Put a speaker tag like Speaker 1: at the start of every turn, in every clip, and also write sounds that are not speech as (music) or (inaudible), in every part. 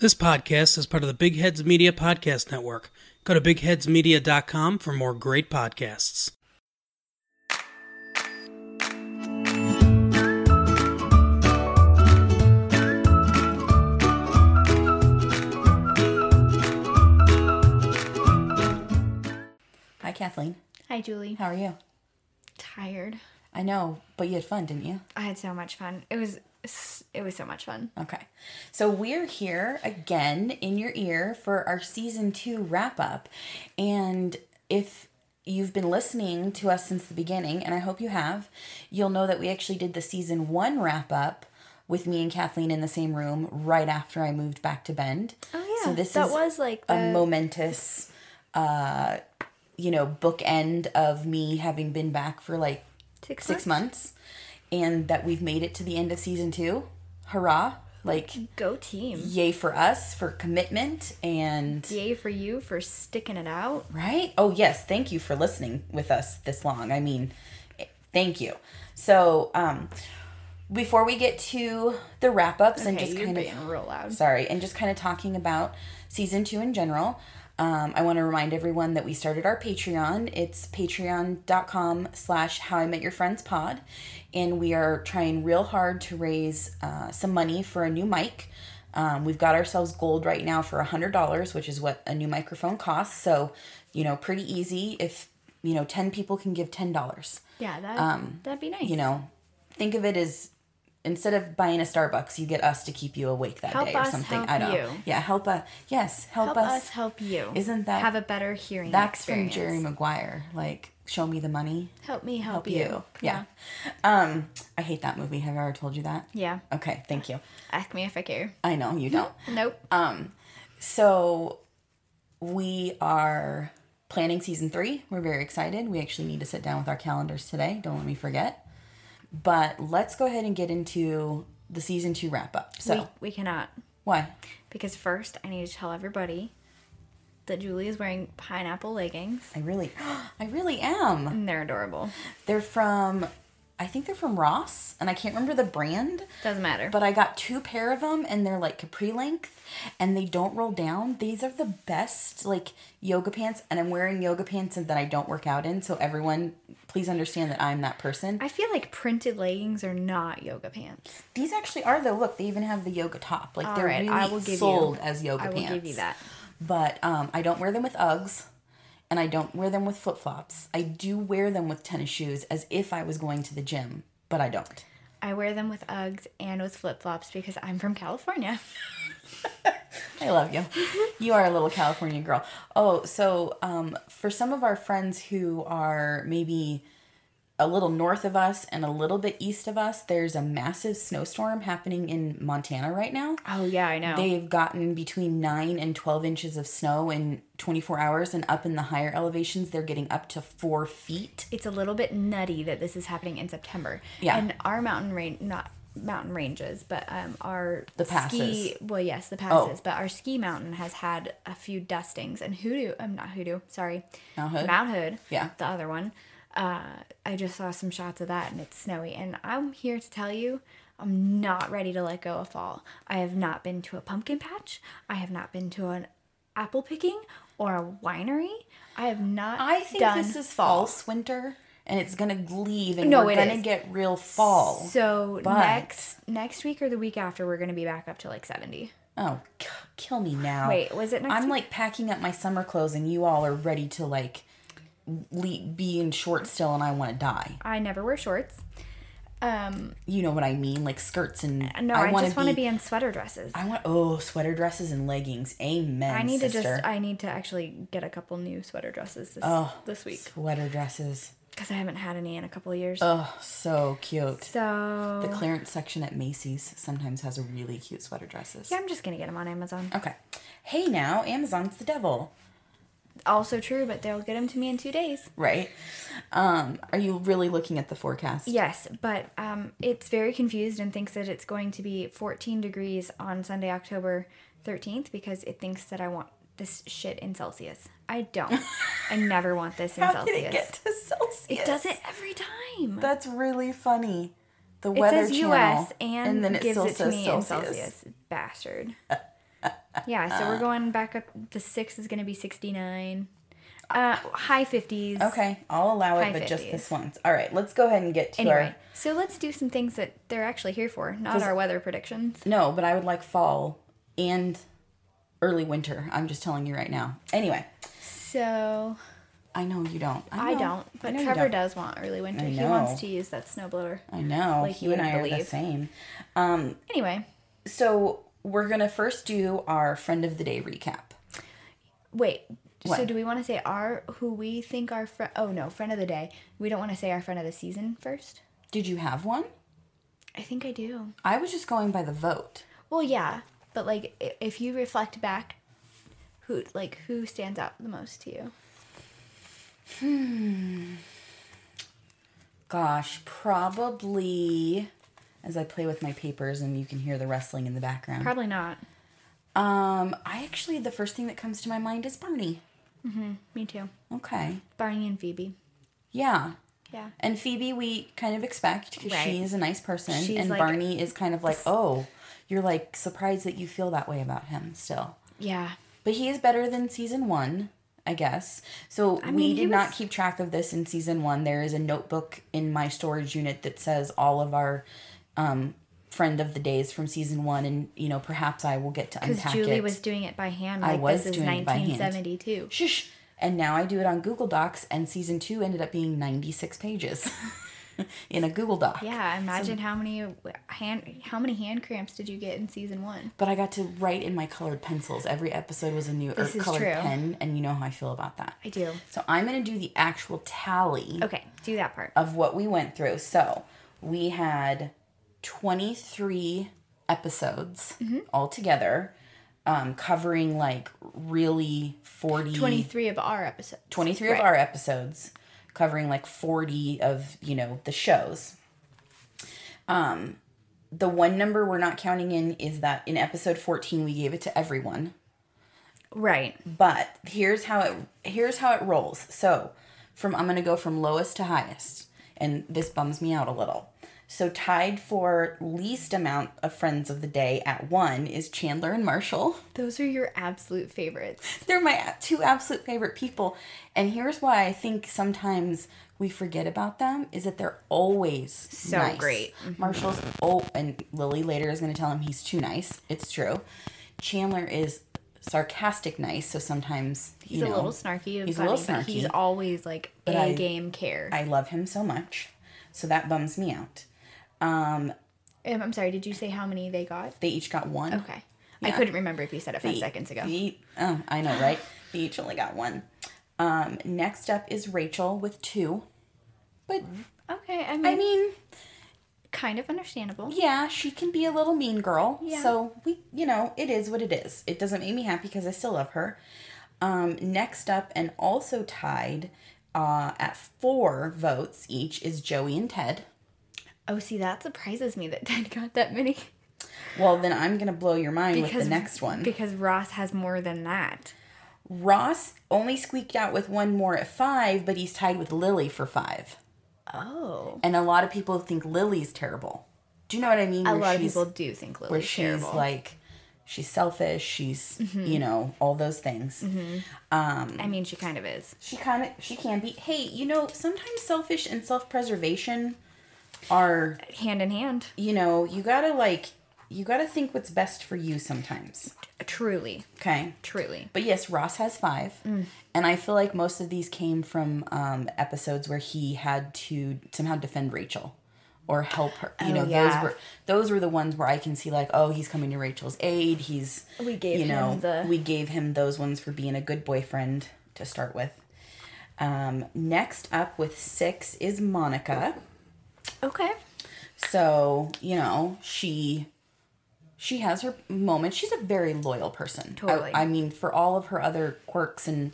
Speaker 1: This podcast is part of the Big Heads Media Podcast Network. Go to bigheadsmedia.com for more great podcasts.
Speaker 2: Hi, Kathleen.
Speaker 3: Hi, Julie.
Speaker 2: How are you?
Speaker 3: Tired.
Speaker 2: I know, but you had fun, didn't you?
Speaker 3: I had so much fun. It was s- it was so much fun.
Speaker 2: Okay. So we're here again in your ear for our season two wrap up. And if you've been listening to us since the beginning, and I hope you have, you'll know that we actually did the season one wrap up with me and Kathleen in the same room right after I moved back to Bend.
Speaker 3: Oh
Speaker 2: So this
Speaker 3: that
Speaker 2: is
Speaker 3: was like the,
Speaker 2: a momentous uh you know bookend of me having been back for like
Speaker 3: Six
Speaker 2: six months and that we've made it to the end of season two hurrah like
Speaker 3: go team.
Speaker 2: yay for us for commitment and
Speaker 3: Yay for you for sticking it out.
Speaker 2: right oh yes thank you for listening with us this long i mean eh, thank you so um before we get to the wrap-ups and just
Speaker 3: you're
Speaker 2: kind of
Speaker 3: being real loud.
Speaker 2: sorry, and just kind of talking about season two in general. Um, I want to remind everyone that we started our Patreon. It's patreon.com slash how I met your friends pod. And we are trying real hard to raise uh, some money for a new mic. Um, we've got ourselves gold right now for $100, which is what a new microphone costs. So, you know, pretty easy if, you know, 10 people can give $10
Speaker 3: Yeah, that that'd be nice.
Speaker 2: um, you know, think of it as instead of buying a Starbucks, you get us to keep you awake that
Speaker 3: Help
Speaker 2: day or
Speaker 3: us
Speaker 2: something.
Speaker 3: help
Speaker 2: I don't.
Speaker 3: you.
Speaker 2: Yeah, help us. Yes, help,
Speaker 3: help
Speaker 2: us.
Speaker 3: us help you.
Speaker 2: Isn't that-
Speaker 3: have a better hearing
Speaker 2: That's
Speaker 3: experience?
Speaker 2: from Jerry Maguire. Like, show me the money.
Speaker 3: Help me help,
Speaker 2: Help you. Yeah. Um, I hate that movie. Have I ever told you that?
Speaker 3: Yeah.
Speaker 2: Okay, thank you.
Speaker 3: Ask me if I care.
Speaker 2: I know you don't.
Speaker 3: Nope.
Speaker 2: Uh, So we are planning season three. We're very excited. We actually need to sit down with our calendars today. Don't let me forget. But let's go ahead and get into the season two wrap up. So
Speaker 3: we, we cannot
Speaker 2: why?
Speaker 3: because first I need to tell everybody that Julie is wearing pineapple leggings
Speaker 2: I really, (gasps) I really am.
Speaker 3: and they're adorable.
Speaker 2: They're from, I think they're from Ross, and I can't remember the brand.
Speaker 3: Doesn't matter.
Speaker 2: But I got two pair of them, and they're like capri length, and they don't roll down. These are the best like yoga pants, and I'm wearing yoga pants and that I don't work out in. So everyone, please understand that I'm that person.
Speaker 3: I feel like printed leggings are not yoga pants.
Speaker 2: These actually are though. Look, they even have the yoga top. Like they're
Speaker 3: right,
Speaker 2: really
Speaker 3: I will give you-
Speaker 2: sold as yoga
Speaker 3: I will
Speaker 2: pants.
Speaker 3: give you that.
Speaker 2: But um, I don't wear them with Uggs, and I don't wear them with flip flops. I do wear them with tennis shoes as if I was going to the gym, but I don't.
Speaker 3: I wear them with Uggs and with flip flops because I'm from California.
Speaker 2: I love
Speaker 3: (laughs)
Speaker 2: you. You are a little California girl. Oh, so um, for some of our friends who are maybe a little north of us and a little bit east of us, there's a massive snowstorm happening in Montana right now.
Speaker 3: Oh yeah, I know.
Speaker 2: They've gotten between 9 and 12 inches of snow in 24 hours, and up in the higher elevations, they're getting up to four feet.
Speaker 3: it's a little bit nutty that this is happening in September.
Speaker 2: Yeah.
Speaker 3: And our mountain range, not mountain ranges, but um, our
Speaker 2: The
Speaker 3: Ski,
Speaker 2: passes. Oh.
Speaker 3: well, yes, the passes, but our ski mountain has had a few dustings, and Hoodoo, I'm not Hoodoo, sorry,
Speaker 2: Mount Hood?
Speaker 3: Mount Hood,
Speaker 2: Yeah.
Speaker 3: the other one. Uh, I just saw some shots of that, and it's snowy, and I'm here to tell you. I'm not ready to let go of fall. I have not been to a pumpkin patch. I have not been to an apple picking or a winery. I have not.
Speaker 2: I think
Speaker 3: done
Speaker 2: this is false winter, and it's gonna leave, and
Speaker 3: No,
Speaker 2: we're
Speaker 3: it
Speaker 2: gonna
Speaker 3: is.
Speaker 2: get real fall.
Speaker 3: So
Speaker 2: But-
Speaker 3: next next week or the week after, we're gonna be back up to like seventy.
Speaker 2: Oh, k- kill me now.
Speaker 3: Wait, was it next
Speaker 2: I'm
Speaker 3: week?
Speaker 2: like packing up my summer clothes, and you all are ready to like le- be in shorts still, and I want to die.
Speaker 3: I never wear shorts. Um,
Speaker 2: You know what I mean? Like skirts and
Speaker 3: Uh, no, I,
Speaker 2: wanna
Speaker 3: just want to be in sweater dresses. I,
Speaker 2: I want oh sweater dresses and leggings. Amen. I
Speaker 3: need
Speaker 2: sister. Oh.
Speaker 3: to just I need to actually get a couple new sweater dresses this this week
Speaker 2: sweater dresses.
Speaker 3: because I haven't had any in a couple years.
Speaker 2: Oh, so cute.
Speaker 3: so
Speaker 2: The clearance section at Macy's sometimes has really cute sweater dresses.
Speaker 3: yeah, I'm just gonna get them on Amazon.
Speaker 2: Okay. Hey now, Amazon's the devil,
Speaker 3: Also true, but they'll get them to me in two days.
Speaker 2: right? Um, are you really looking at the forecast?
Speaker 3: Yes, but um, it's very confused and thinks that it's going to be 14 degrees on Sunday, October 13th, because it thinks that I want this shit in Celsius. I don't.
Speaker 2: (laughs)
Speaker 3: I never want this in
Speaker 2: How did
Speaker 3: Celsius.
Speaker 2: it get to Celsius?
Speaker 3: It does it every time.
Speaker 2: That's really funny. The
Speaker 3: it
Speaker 2: weather
Speaker 3: says
Speaker 2: channel,
Speaker 3: U.S. and,
Speaker 2: then it
Speaker 3: gives
Speaker 2: still
Speaker 3: it to
Speaker 2: says
Speaker 3: me
Speaker 2: Celsius. (laughs)
Speaker 3: in Celsius. Bastard. Yeah, so
Speaker 2: Uh.
Speaker 3: we're going back up. The six is gonna be sixty nine, uh, high fifties.
Speaker 2: Okay, I'll allow it,
Speaker 3: High
Speaker 2: but just
Speaker 3: 50s.
Speaker 2: this once. All right, let's go ahead and get to
Speaker 3: Anyway,
Speaker 2: our.
Speaker 3: so let's do some things that they're actually here for, not our weather predictions.
Speaker 2: No, but I would like fall and early winter. I'm just telling you right now. Anyway,
Speaker 3: So
Speaker 2: I know you don't.
Speaker 3: I
Speaker 2: know.
Speaker 3: don't, but
Speaker 2: know you
Speaker 3: Trevor
Speaker 2: don't.
Speaker 3: does want early winter.
Speaker 2: I
Speaker 3: He wants
Speaker 2: know.
Speaker 3: to use that snowblower.
Speaker 2: I know.
Speaker 3: Like
Speaker 2: he
Speaker 3: you
Speaker 2: and I
Speaker 3: wouldn't
Speaker 2: are the
Speaker 3: believe.
Speaker 2: same.
Speaker 3: Anyway,
Speaker 2: So we're gonna first do our friend of the day recap.
Speaker 3: wait. So
Speaker 2: What?
Speaker 3: do we want to say our who we think our friend? Oh no, friend of the day. We don't want to say our friend of the season first.
Speaker 2: Did you have one?
Speaker 3: I think I do.
Speaker 2: I was just going by the vote.
Speaker 3: Well, yeah, but like i- if you reflect back, who like who stands out the most to you?
Speaker 2: Gosh, probably as I play with my papers and you can hear the wrestling in the background.
Speaker 3: Probably not.
Speaker 2: Um, I actually the first thing that comes to my mind is Barney.
Speaker 3: Me too.
Speaker 2: Okay.
Speaker 3: Barney and Phoebe.
Speaker 2: Yeah.
Speaker 3: Yeah.
Speaker 2: And Phoebe, we kind of expect because
Speaker 3: Right.
Speaker 2: she is a nice person,
Speaker 3: She's
Speaker 2: and
Speaker 3: like-
Speaker 2: Barney is kind of like, oh, you're like surprised that you feel that way about him still.
Speaker 3: Yeah.
Speaker 2: But he is better than season one, I guess. So
Speaker 3: mean,
Speaker 2: we
Speaker 3: he
Speaker 2: did not
Speaker 3: was-
Speaker 2: keep track of this in season one. There is a notebook in my storage unit that says all of our um, friend of the days from season one, and you know perhaps I will get to
Speaker 3: Because
Speaker 2: unpack
Speaker 3: Julie
Speaker 2: it.
Speaker 3: was doing it by hand.
Speaker 2: I
Speaker 3: Like
Speaker 2: was
Speaker 3: this is
Speaker 2: doing it by hand.
Speaker 3: 1972.
Speaker 2: Shush. And now I do it on Google Docs, and season two ended up being 96 pages (laughs) in a Google Doc.
Speaker 3: Yeah, imagine how many hand how many hand cramps did you get in season one?
Speaker 2: But I got to write in my colored pencils. Every episode was a new or
Speaker 3: This is
Speaker 2: colored
Speaker 3: true.
Speaker 2: pen, and you know how I feel about that.
Speaker 3: I do.
Speaker 2: So I'm going to do the actual tally
Speaker 3: Okay, do that part.
Speaker 2: of what we went through. So we had 23 episodes all together, um, covering like really 40.
Speaker 3: Twenty three of our episodes.
Speaker 2: 23 of our episodes covering like 40 of you know the shows um the one number we're not counting in is that in episode 14 we gave it to everyone
Speaker 3: Right.
Speaker 2: but here's how it here's how it rolls so from i'm gonna go from lowest to highest and this bums me out a little so tied for least amount of friends of the day at one is chandler and marshall
Speaker 3: Those are your absolute favorites.
Speaker 2: they're my a- two absolute favorite people. And here's why I think sometimes we forget about them is that they're always so
Speaker 3: great. Mm-hmm.
Speaker 2: Marshall's oh, and Lily later is going to tell him he's too nice. It's true. Chandler is sarcastic nice, so sometimes
Speaker 3: He's
Speaker 2: you
Speaker 3: a
Speaker 2: know,
Speaker 3: little snarky. and
Speaker 2: he's a little
Speaker 3: funny, but He's
Speaker 2: snarky.
Speaker 3: always like
Speaker 2: But
Speaker 3: a
Speaker 2: I-
Speaker 3: game care.
Speaker 2: I love him so much, so that bums me out.
Speaker 3: Um, I'm sorry. Did you say how many they got?
Speaker 2: They each got one.
Speaker 3: Okay. I couldn't remember if you said it five
Speaker 2: They-
Speaker 3: seconds ago.
Speaker 2: they- oh, I know, right? they each only got one. Um, next up is Rachel with two, but
Speaker 3: Okay. I mean,
Speaker 2: I mean.
Speaker 3: kind of understandable.
Speaker 2: yeah, she can be a little mean girl.
Speaker 3: Yeah.
Speaker 2: So we, you know, it is what it is. It doesn't make me happy because I still love her. Um, next up, and also tied uh, at four votes each, is Joey and Ted.
Speaker 3: Oh, see, that surprises me that (laughs) Ted got that many.
Speaker 2: Well, then I'm gonna blow your mind with the next one.
Speaker 3: Because Ross has more than that.
Speaker 2: Ross only squeaked out with one more at five, but he's tied with Lily for five.
Speaker 3: Oh.
Speaker 2: And a lot of people think Lily's terrible. Do you know what I mean?
Speaker 3: A
Speaker 2: Where
Speaker 3: lot of
Speaker 2: she's-
Speaker 3: people do think
Speaker 2: where
Speaker 3: Lily's
Speaker 2: she's
Speaker 3: terrible. Mm-hmm.
Speaker 2: like, she's selfish. She's you know all those things. Um,
Speaker 3: I mean, she kind of is.
Speaker 2: she kind of she can be hey you know sometimes selfish and self-preservation are
Speaker 3: Hand in hand.
Speaker 2: you know you gotta like you gotta think what's best for you sometimes
Speaker 3: Truly.
Speaker 2: okay
Speaker 3: Truly.
Speaker 2: but yes ross has five
Speaker 3: Mm.
Speaker 2: and i feel like most of these came from um, episodes where he had to somehow defend rachel or help her you know
Speaker 3: Oh, yeah.
Speaker 2: those were those were the ones where i can see like oh he's coming to rachel's aid he's
Speaker 3: We gave
Speaker 2: you know
Speaker 3: him the-
Speaker 2: we gave him those ones for being a good boyfriend to start with um, next up with six is monica
Speaker 3: Okay.
Speaker 2: so you know she she has her moments. She's a very loyal person. I-
Speaker 3: Totally.
Speaker 2: I, mean, for all of her other quirks and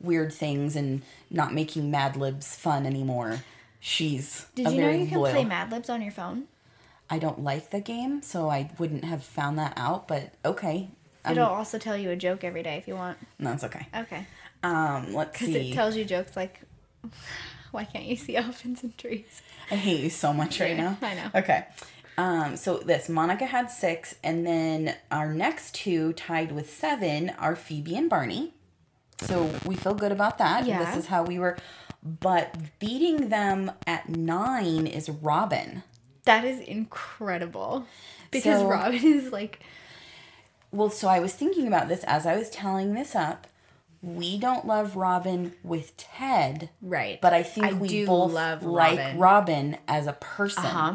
Speaker 2: weird things, and not making Mad Libs fun anymore, she's
Speaker 3: Did
Speaker 2: a
Speaker 3: you know
Speaker 2: very
Speaker 3: you can
Speaker 2: loyal.
Speaker 3: play Mad Libs on your phone?
Speaker 2: I don't like the game, so I wouldn't have found that out. But okay, um,
Speaker 3: It'll also tell you a joke every day if you want.
Speaker 2: no, it's okay.
Speaker 3: Okay.
Speaker 2: Um,
Speaker 3: (laughs)
Speaker 2: let's
Speaker 3: Because it
Speaker 2: see.
Speaker 3: tells you jokes like, (laughs) why can't you see (laughs) elephants and trees?
Speaker 2: I hate you so much right
Speaker 3: Yeah,
Speaker 2: now.
Speaker 3: I know.
Speaker 2: Okay. Um, so this Monica had six, and then our next two tied with seven are Phoebe and Barney. So we feel good about that.
Speaker 3: Yeah.
Speaker 2: This is how we were. But beating them at nine is Robin.
Speaker 3: That is incredible. Because
Speaker 2: So-
Speaker 3: Robin is like,
Speaker 2: Well, so I was thinking about this as I was telling this up. We don't love Robin with Ted,
Speaker 3: right.
Speaker 2: but I think
Speaker 3: I
Speaker 2: we
Speaker 3: do
Speaker 2: both
Speaker 3: love
Speaker 2: like
Speaker 3: Robin.
Speaker 2: Robin. as a person.
Speaker 3: Uh-huh.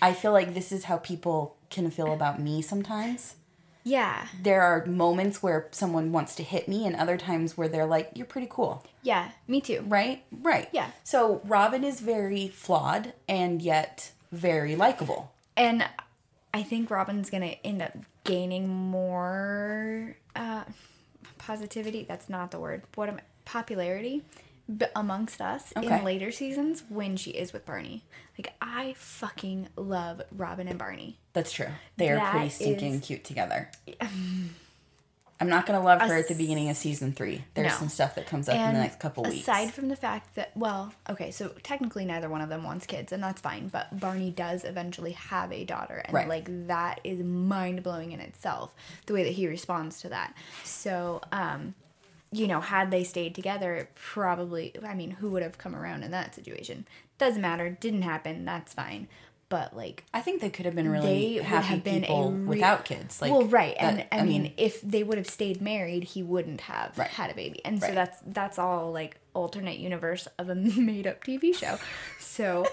Speaker 2: I feel like this is how people can feel about me sometimes.
Speaker 3: yeah.
Speaker 2: There are moments where someone wants to hit me, and other times where they're like, "You're pretty cool."
Speaker 3: Yeah. Me too.
Speaker 2: Right? Right.
Speaker 3: Yeah.
Speaker 2: So Robin is very flawed and yet very likable.
Speaker 3: And I think Robin's going to end up gaining more uh, positivity. That's not the word. What am popularity b- amongst us
Speaker 2: Okay.
Speaker 3: in later seasons when she is with Barney. Like I fucking love Robin and Barney.
Speaker 2: That's true. They are
Speaker 3: That
Speaker 2: pretty stinking
Speaker 3: is-
Speaker 2: cute together. I'm not gonna love her at the beginning of season three. There's
Speaker 3: No.
Speaker 2: some stuff that comes up in the next couple weeks.
Speaker 3: Aside from the fact that, well, okay, so technically neither one of them wants kids, and that's fine. But Barney does eventually have a daughter, and
Speaker 2: Right.
Speaker 3: like that is mind blowing in itself. The way that he responds to that. So, um, you know, had they stayed together, it probably. I mean, who would have come around in that situation? Doesn't matter. Didn't happen. That's fine. But like
Speaker 2: I think they could have been
Speaker 3: they
Speaker 2: really
Speaker 3: would
Speaker 2: happy
Speaker 3: have been
Speaker 2: people
Speaker 3: a re-
Speaker 2: without kids. Like
Speaker 3: well, right,
Speaker 2: that-
Speaker 3: and I, mean, if they would have stayed married, he wouldn't have
Speaker 2: Right.
Speaker 3: had a baby, and
Speaker 2: Right.
Speaker 3: so that's that's all like alternate universe of a (laughs) made up TV show.
Speaker 2: (laughs)
Speaker 3: So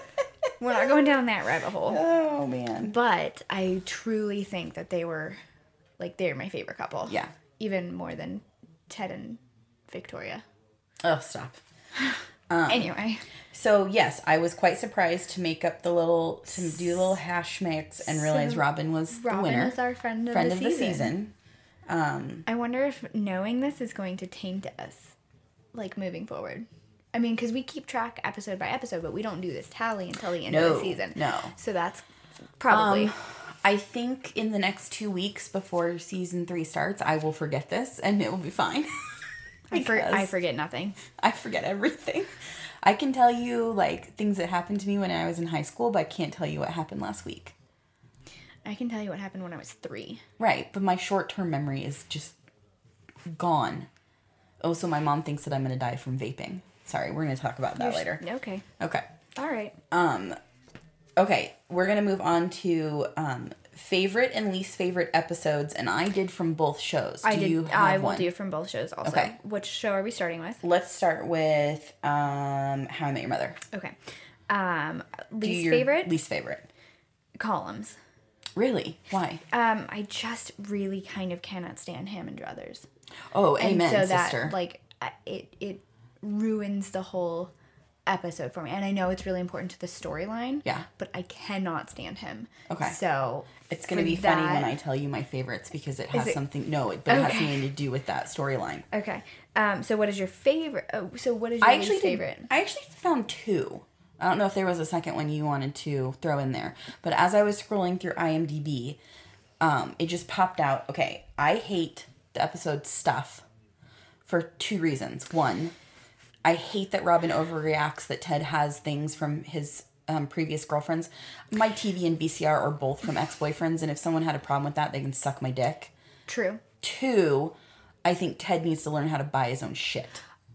Speaker 3: we're not going down that rabbit hole.
Speaker 2: oh man,
Speaker 3: But I truly think that they were like they're my favorite couple.
Speaker 2: Yeah.
Speaker 3: even more than Ted and Victoria.
Speaker 2: oh stop.
Speaker 3: anyway,
Speaker 2: So yes, I was quite surprised to make up the little to do little hash mix and realize
Speaker 3: So
Speaker 2: Robin was the
Speaker 3: Robin
Speaker 2: winner,
Speaker 3: is our friend of,
Speaker 2: friend
Speaker 3: the,
Speaker 2: of
Speaker 3: season.
Speaker 2: the season.
Speaker 3: I wonder if knowing this is going to taint us, like moving forward. I mean, because we keep track episode by episode, but we don't do this tally until the end of
Speaker 2: No,
Speaker 3: the season.
Speaker 2: no.
Speaker 3: So that's probably
Speaker 2: I think in the next two weeks before season three starts, I will forget this and it will be fine. (laughs)
Speaker 3: I, for, I
Speaker 2: because-
Speaker 3: forget nothing.
Speaker 2: I forget everything. I can tell you like things that happened to me when I was in high school, but I can't tell you what happened last week.
Speaker 3: I can tell you what happened when I was three.
Speaker 2: Right, but my short term memory is just gone. Also, my mom thinks that I'm gonna die from vaping. Sorry, we're gonna talk about that later.
Speaker 3: Okay.
Speaker 2: Okay.
Speaker 3: All right.
Speaker 2: Okay, we're gonna move on to um, favorite and least favorite episodes, and I did from both shows.
Speaker 3: I
Speaker 2: do
Speaker 3: did.
Speaker 2: you have
Speaker 3: I will
Speaker 2: one?
Speaker 3: do from both shows also.
Speaker 2: Okay.
Speaker 3: Which show are we starting with?
Speaker 2: Let's start with um, How I Met Your Mother.
Speaker 3: Okay. Um,
Speaker 2: Do
Speaker 3: least
Speaker 2: your
Speaker 3: favorite
Speaker 2: Least favorite.
Speaker 3: columns.
Speaker 2: Really? Why?
Speaker 3: Um, I just really kind of cannot stand Hammond Brothers.
Speaker 2: Oh, amen,
Speaker 3: so that
Speaker 2: sister.
Speaker 3: like I- it it ruins the whole episode for me and i know it's really important to the storyline
Speaker 2: Yeah.
Speaker 3: but i cannot stand him
Speaker 2: Okay.
Speaker 3: so
Speaker 2: It's gonna
Speaker 3: for
Speaker 2: be funny when
Speaker 3: that-
Speaker 2: I tell you my favorites because it has
Speaker 3: it-
Speaker 2: something. No, it, but it has
Speaker 3: Okay.
Speaker 2: something to do with that storyline.
Speaker 3: okay um so what is your favorite oh, so what is your
Speaker 2: I actually
Speaker 3: least
Speaker 2: did-
Speaker 3: favorite
Speaker 2: I actually found two. I don't know if there was a second one you wanted to throw in there, but as I was scrolling through IMDb, um, it just popped out. Okay, I hate the episode stuff for two reasons. One, I hate that Robin overreacts that Ted has things from his um, previous girlfriends. My TV and VCR are both from ex boyfriends, and if someone had a problem with that, they can suck my dick.
Speaker 3: true
Speaker 2: Two, I think Ted needs to learn how to buy his own shit.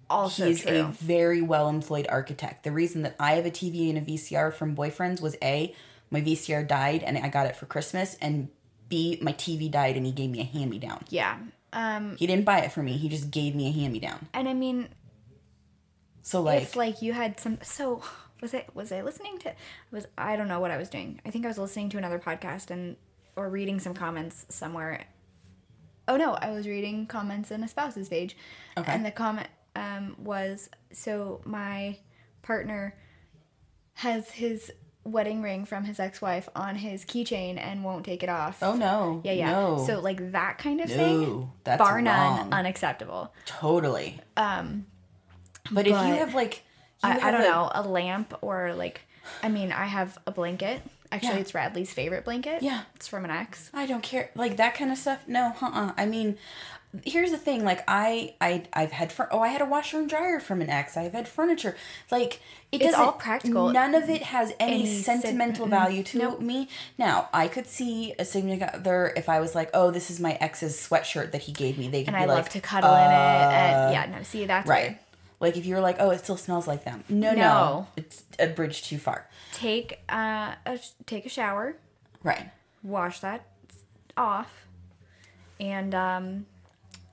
Speaker 3: also
Speaker 2: He's
Speaker 3: true
Speaker 2: a very well employed architect. The reason that I have a TV and a VCR from boyfriends was A, my VCR died and I got it for Christmas, and B, my TV died and he gave me a hand me down.
Speaker 3: yeah um
Speaker 2: He didn't buy it for me, he just gave me a hand me down.
Speaker 3: and i mean
Speaker 2: So, like,
Speaker 3: if like you had some so was it was i listening to was i don't know what i was doing i think i was listening to another podcast and or reading some comments somewhere oh no i was reading comments in a spouse's page
Speaker 2: Okay.
Speaker 3: and the comment um, was so my partner has his wedding ring from his ex-wife on his keychain and won't take it off
Speaker 2: oh no.
Speaker 3: yeah yeah
Speaker 2: No.
Speaker 3: so like that kind of thing
Speaker 2: no, that's
Speaker 3: bar none
Speaker 2: wrong.
Speaker 3: unacceptable
Speaker 2: totally. Um, but, if you
Speaker 3: but
Speaker 2: have, like, you
Speaker 3: I, I
Speaker 2: have
Speaker 3: don't
Speaker 2: a-
Speaker 3: know, a lamp or like, I mean, I have a blanket. Actually,
Speaker 2: Yeah.
Speaker 3: it's Radley's favorite blanket.
Speaker 2: Yeah.
Speaker 3: It's from an ex.
Speaker 2: I don't care. Like that kind of stuff. No, uh-uh. I mean, here's the thing. Like I, I, I've had. Fur- oh, I had a washer and dryer from an ex. I've had furniture. Like it
Speaker 3: It's
Speaker 2: doesn't-
Speaker 3: all practical.
Speaker 2: None of it has any,
Speaker 3: Any mm-hmm. sen-
Speaker 2: sentimental value to me. Now, I could see a significant other if I was like, oh, this is my ex's sweatshirt that he gave me. They could
Speaker 3: And
Speaker 2: be
Speaker 3: I
Speaker 2: like, uh,
Speaker 3: love to cuddle in it. And yeah, no, see, that's
Speaker 2: right.
Speaker 3: weird.
Speaker 2: Like if you were like, oh, it still smells like them. No, no,
Speaker 3: No.
Speaker 2: it's a bridge too far.
Speaker 3: Take uh, a sh- take a shower,
Speaker 2: Right.
Speaker 3: wash that off, and um,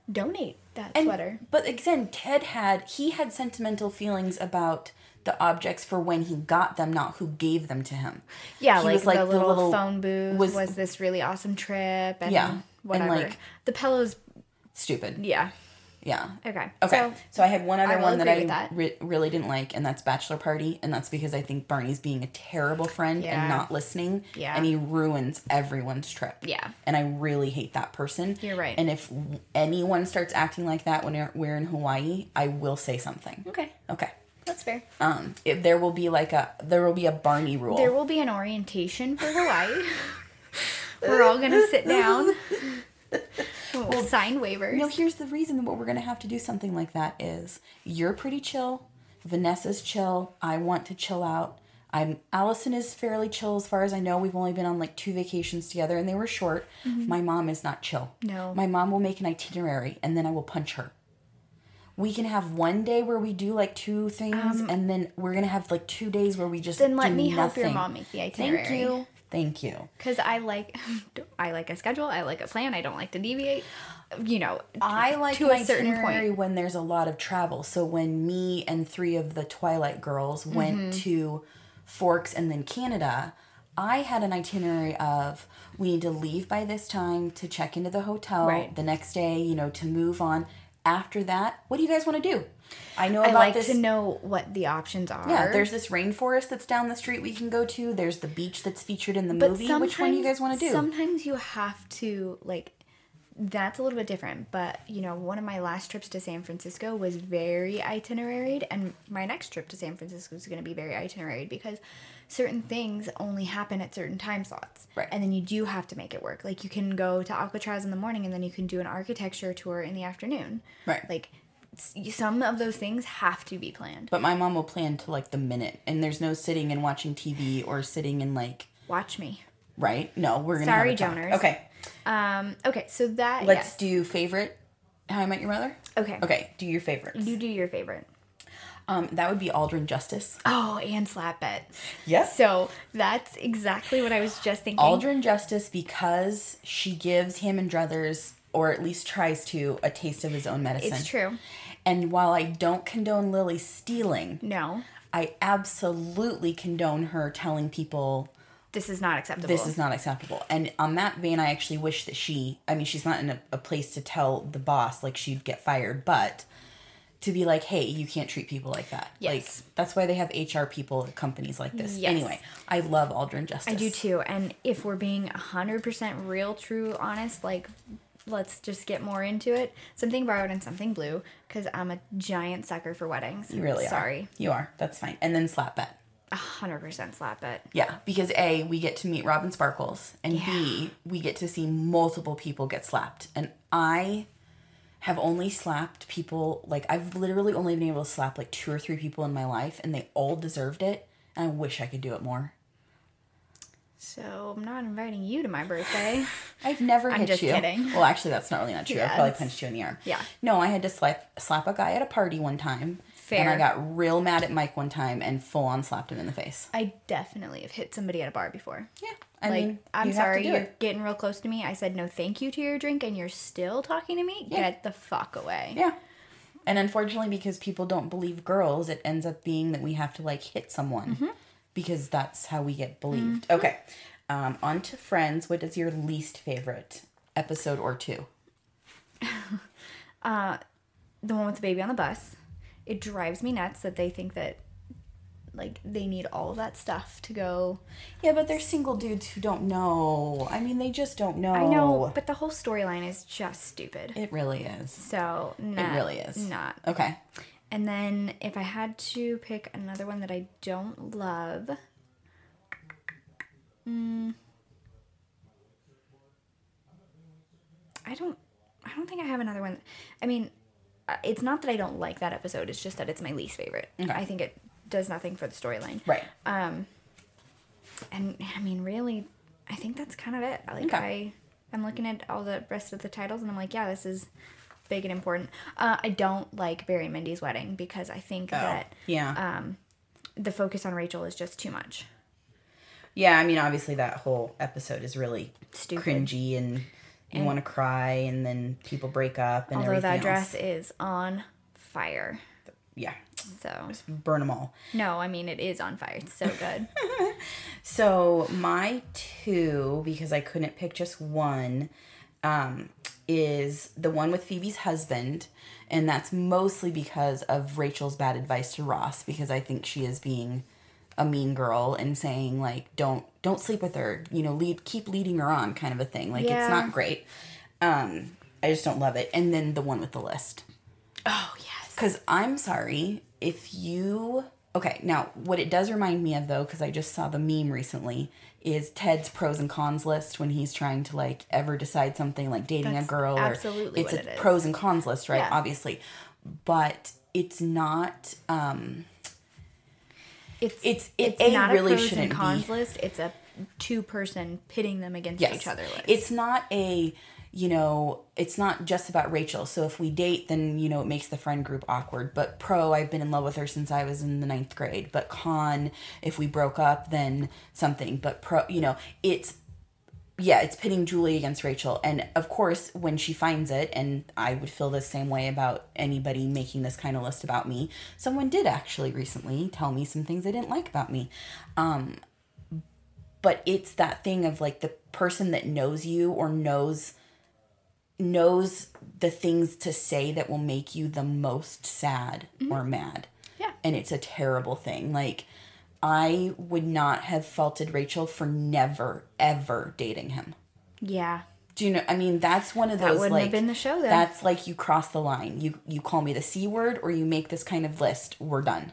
Speaker 3: donate that
Speaker 2: And-
Speaker 3: sweater.
Speaker 2: But again, Ted had he had sentimental feelings about the objects for when he got them, not who gave them to him.
Speaker 3: Yeah,
Speaker 2: He
Speaker 3: like,
Speaker 2: was, like,
Speaker 3: the,
Speaker 2: the
Speaker 3: little
Speaker 2: little-
Speaker 3: phone booth
Speaker 2: was-
Speaker 3: was, this really awesome trip and
Speaker 2: Yeah, and,
Speaker 3: whatever.
Speaker 2: like-
Speaker 3: the pillows,
Speaker 2: Stupid.
Speaker 3: yeah.
Speaker 2: Yeah.
Speaker 3: Okay.
Speaker 2: Okay.
Speaker 3: So,
Speaker 2: So, I had one other
Speaker 3: will
Speaker 2: one that
Speaker 3: agree
Speaker 2: I
Speaker 3: with that.
Speaker 2: Re- really didn't like, and that's Bachelor Party, and that's because I think Barney's being a terrible friend
Speaker 3: Yeah.
Speaker 2: and not listening.
Speaker 3: Yeah.
Speaker 2: And he ruins everyone's trip.
Speaker 3: Yeah.
Speaker 2: And I really hate that person.
Speaker 3: You're right.
Speaker 2: And if w- anyone starts acting like that when we're- we're in Hawaii, I will say something.
Speaker 3: okay.
Speaker 2: Okay.
Speaker 3: That's fair.
Speaker 2: Um, if there will be like a there will be a Barney rule.
Speaker 3: There will be an orientation for (laughs) Hawaii. We're all going to sit (laughs) down. We'll sign waivers.
Speaker 2: No, here's the reason what we're gonna have to do something like that is you're pretty chill, Vanessa's chill, I want to chill out. I'm Allison is fairly chill as far as I know. We've only been on like two vacations together and they were short. My mom is not chill.
Speaker 3: Mm-hmm. No.
Speaker 2: My mom will make an itinerary and then I will punch her. We can have one day where we do like two things and then we're gonna have like two days where we just
Speaker 3: Um, then let
Speaker 2: do
Speaker 3: me help your
Speaker 2: nothing.
Speaker 3: mom make the itinerary.
Speaker 2: Thank you. Thank you.
Speaker 3: Because I like, (laughs) I like a schedule. I like a plan. I don't like to deviate. You know,
Speaker 2: I like
Speaker 3: to
Speaker 2: an
Speaker 3: a certain
Speaker 2: itinerary
Speaker 3: point.
Speaker 2: when there's a lot of travel. So when me and three of the Twilight girls
Speaker 3: Mm-hmm.
Speaker 2: went to Forks and then Canada, I had an itinerary of we need to leave by this time to check into the hotel
Speaker 3: Right.
Speaker 2: the next day, you know, to move on. After that, what do you guys want to do? I know
Speaker 3: I
Speaker 2: about
Speaker 3: like
Speaker 2: this.
Speaker 3: to know what the options are.
Speaker 2: yeah, there's this rainforest that's down the street we can go to. There's the beach that's featured in the
Speaker 3: But
Speaker 2: movie. Which one do you
Speaker 3: sometimes-
Speaker 2: guys want to do?
Speaker 3: Sometimes you have to like that's a little bit different, but you know, one of my last trips to San Francisco was very itineraried and my next trip to San Francisco is going to be very itineraried because certain things only happen at certain time slots.
Speaker 2: Right.
Speaker 3: And then you do have to make it work. Like you can go to Alcatraz in the morning and then you can do an architecture tour in the afternoon.
Speaker 2: Right.
Speaker 3: Like s- some of those things have to be planned.
Speaker 2: but my mom will plan to like the minute, and there's no sitting and watching TV or sitting and like
Speaker 3: Watch me.
Speaker 2: Right? No, we're gonna.
Speaker 3: Sorry,
Speaker 2: have a talk.
Speaker 3: Joners.
Speaker 2: Okay,
Speaker 3: Um okay, so that
Speaker 2: let's
Speaker 3: yes.
Speaker 2: do favorite. How I Met Your Mother.
Speaker 3: Okay.
Speaker 2: Okay, do your favorites.
Speaker 3: You do your favorite.
Speaker 2: Um, that would be Aldrin Justice.
Speaker 3: Oh, and slap it.
Speaker 2: Yes.
Speaker 3: So that's exactly what I was just thinking.
Speaker 2: Aldrin Justice because she gives him and Druthers, or at least tries to, a taste of his own medicine.
Speaker 3: it's true.
Speaker 2: And while I don't condone Lily stealing,
Speaker 3: No,
Speaker 2: I absolutely condone her telling people
Speaker 3: this is not acceptable.
Speaker 2: this is not acceptable. And on that vein, I actually wish that she, I mean, she's not in a, a place to tell the boss like she'd get fired, but to be like, hey, you can't treat people like that.
Speaker 3: Yes.
Speaker 2: Like, that's why they have HR people at companies like this.
Speaker 3: Yes.
Speaker 2: Anyway, I love Aldrin Justice.
Speaker 3: I do too. And if we're being 100% real, true, honest, like let's just get more into it. Something borrowed and something blue because I'm a giant sucker for weddings.
Speaker 2: You really
Speaker 3: Sorry.
Speaker 2: are. You are. That's fine. And then slap bet.
Speaker 3: 100% slap it.
Speaker 2: Yeah, because A, we get to meet Robin Sparkles, and B, we get to see multiple people get slapped. And I have only slapped people, like, I've literally only been able to slap like two or three people in my life, and they all deserved it. And I wish I could do it more.
Speaker 3: So I'm not inviting you to my
Speaker 2: (sighs)
Speaker 3: birthday.
Speaker 2: I've never hit
Speaker 3: just
Speaker 2: you.
Speaker 3: kidding.
Speaker 2: Well, actually, that's not really not true.
Speaker 3: Yeah,
Speaker 2: I probably
Speaker 3: that's-
Speaker 2: punched you in the arm.
Speaker 3: Yeah.
Speaker 2: No, I had to slap slap a guy at a party one time. And
Speaker 3: Fair.
Speaker 2: I got real mad at Mike one time and full on slapped him in the face.
Speaker 3: I definitely have hit somebody at a bar before.
Speaker 2: Yeah. I
Speaker 3: like,
Speaker 2: mean,
Speaker 3: I'm
Speaker 2: you have to
Speaker 3: sorry,
Speaker 2: do
Speaker 3: you're
Speaker 2: it.
Speaker 3: getting real close to me. I said no thank you to your drink, and you're still talking to me? Get the fuck away.
Speaker 2: Yeah. And unfortunately, because people don't believe girls, it ends up being that we have to like hit someone because that's how we get believed. Okay. Um, on to Friends. What is your least favorite episode or two?
Speaker 3: The one with the baby on the bus. It drives me nuts that they think that, like, they need all of that stuff to go.
Speaker 2: Yeah, but they're single dudes who don't know. I mean, they just don't know.
Speaker 3: I
Speaker 2: Oh.
Speaker 3: know, but the whole storyline is just stupid.
Speaker 2: It really is.
Speaker 3: so, not,
Speaker 2: really is.
Speaker 3: Not.
Speaker 2: Okay.
Speaker 3: And then if I had to pick another one that I don't love, mm, I don't I don't think I have another one. I mean, uh, it's not that I don't like that episode. It's just that it's my least favorite. I think it does nothing for the storyline.
Speaker 2: Right.
Speaker 3: And I mean, really, I think that's kind of it. Like
Speaker 2: Okay.
Speaker 3: I I'm looking at all the rest of the titles and I'm like, yeah, this is big and important. Uh, I don't like Barry and Mindy's wedding because I
Speaker 2: Oh.
Speaker 3: think that
Speaker 2: yeah.
Speaker 3: Uh, the focus on Rachel is just too much.
Speaker 2: Yeah, I mean, obviously that whole episode is really
Speaker 3: Stupid.
Speaker 2: cringy, and you want to cry, and then people break up, and
Speaker 3: Although
Speaker 2: everything
Speaker 3: that dress
Speaker 2: else.
Speaker 3: is on fire.
Speaker 2: yeah,
Speaker 3: So
Speaker 2: burn them all.
Speaker 3: no, I mean it is on fire. It's so
Speaker 2: (laughs)
Speaker 3: good.
Speaker 2: So my two, because I couldn't pick just one, um, is the one with Phoebe's husband, and that's mostly because of Rachel's bad advice to Ross, because I think she is being a mean girl and saying like don't don't sleep with her, you know, lead keep leading her on kind of a thing. Like
Speaker 3: Yeah.
Speaker 2: it's not great. Um, I just don't love it. And then the one with the list.
Speaker 3: oh yes.
Speaker 2: Because I'm sorry if you. Okay, now what it does remind me of though, because I just saw the meme recently, is Ted's pros and cons list when he's trying to like ever decide something like dating
Speaker 3: That's
Speaker 2: a girl.
Speaker 3: absolutely
Speaker 2: or, it's
Speaker 3: what
Speaker 2: a
Speaker 3: it is.
Speaker 2: pros and cons list, right?
Speaker 3: Yeah.
Speaker 2: Obviously, but it's not. Um,
Speaker 3: It's
Speaker 2: It's- it- A really
Speaker 3: pros
Speaker 2: shouldn't
Speaker 3: and cons
Speaker 2: be.
Speaker 3: list. It's a two person pitting them against
Speaker 2: yes,
Speaker 3: each other list.
Speaker 2: it's not a. You know, it's not just about Rachel. So if we date, then you know it makes the friend group awkward. But pro, I've been in love with her since I was in the ninth grade. But con, if we broke up, then something. But pro, you know, it's yeah, it's pitting Julie against Rachel. And of course, when she finds it, and I would feel the same way about anybody making this kind of list about me, someone did actually recently tell me some things they didn't like about me. Um, but it's that thing of like the person that knows you or knows knows the things to say that will make you the most sad
Speaker 3: Mm-hmm.
Speaker 2: or mad
Speaker 3: Yeah.
Speaker 2: and it's a terrible thing. Like, I would not have faulted Rachel for never, ever dating him.
Speaker 3: yeah.
Speaker 2: Do you know? I mean, that's one of those.
Speaker 3: That wouldn't
Speaker 2: like,
Speaker 3: have been the show then.
Speaker 2: That's like you cross the line. You you call me the c word, or you make this kind of list. We're done.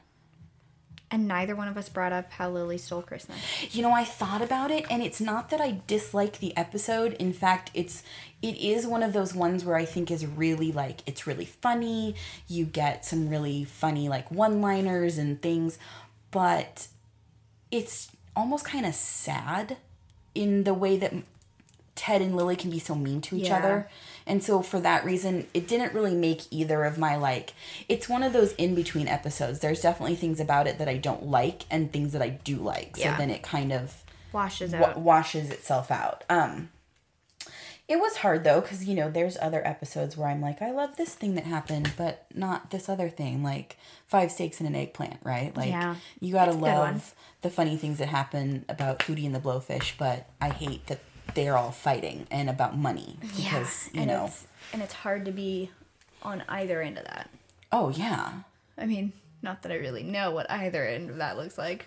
Speaker 3: and neither one of us brought up how Lily stole Christmas.
Speaker 2: you know i thought about it and it's not that i dislike the episode in fact it's it is one of those ones where i think is really like it's really funny you get some really funny like one liners and things but it's almost kind of sad in the way that ted and lily can be so mean to each
Speaker 3: Yeah.
Speaker 2: other and so for that reason it didn't really make either of my like it's one of those in between episodes there's definitely things about it that i don't like and things that i do like so
Speaker 3: Yeah.
Speaker 2: then it kind of
Speaker 3: Washes
Speaker 2: wa-
Speaker 3: out.
Speaker 2: washes itself out um it was hard though because you know there's other episodes where i'm like i love this thing that happened but not this other thing like five steaks and an eggplant right like
Speaker 3: Yeah.
Speaker 2: you gotta
Speaker 3: a good one.
Speaker 2: love the funny things that happen about hootie and the blowfish but i hate that they're all fighting and about money because you
Speaker 3: and
Speaker 2: know
Speaker 3: it's and it's hard to be on either end of that.
Speaker 2: oh yeah
Speaker 3: I mean, not that I really know what either end of that
Speaker 2: (laughs)
Speaker 3: looks like.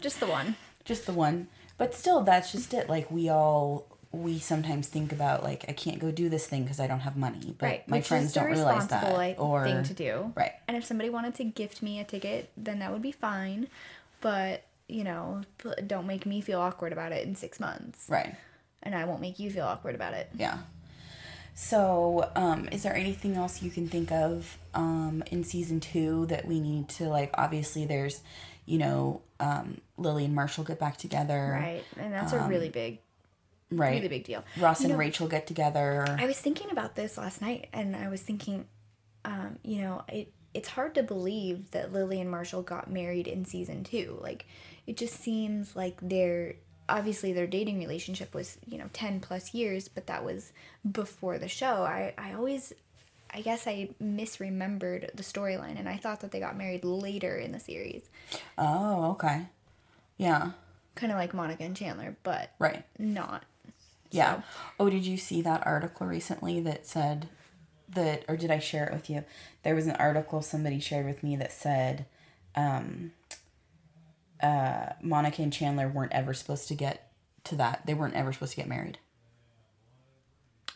Speaker 3: Just the one.
Speaker 2: just the one but still that's just it like we all we sometimes think about like i can't go do this thing because i don't have money but
Speaker 3: right.
Speaker 2: my
Speaker 3: which
Speaker 2: friends
Speaker 3: is the
Speaker 2: don't realize that
Speaker 3: responsible, like,
Speaker 2: or
Speaker 3: thing to do.
Speaker 2: right
Speaker 3: And if somebody wanted to gift me a ticket, then that would be fine. But you know, p- don't make me feel awkward about it in six months,
Speaker 2: right
Speaker 3: and I won't make you feel awkward about it.
Speaker 2: yeah so um is there anything else you can think of um in season two that we need to like obviously there's you know um lily and marshall get back together
Speaker 3: Right, and that's a really big,
Speaker 2: Um, right
Speaker 3: really big deal.
Speaker 2: ross
Speaker 3: You
Speaker 2: and
Speaker 3: know,
Speaker 2: rachel get together
Speaker 3: I was thinking about this last night, and I was thinking, um, you know, it it's hard to believe that Lily and Marshall got married in season two. Like, it just seems like their obviously their dating relationship was you know ten plus years, but that was before the show. I I always. I guess I misremembered the storyline, and I thought that they got married later in the series,
Speaker 2: oh okay yeah
Speaker 3: kind of like Monica and Chandler, but
Speaker 2: right
Speaker 3: not.
Speaker 2: Yeah. Oh, did you see that article recently that said that, or did I share it with you? There was an article somebody shared with me that said um, uh, Monica and Chandler weren't ever supposed to get to that. They weren't ever supposed to get married.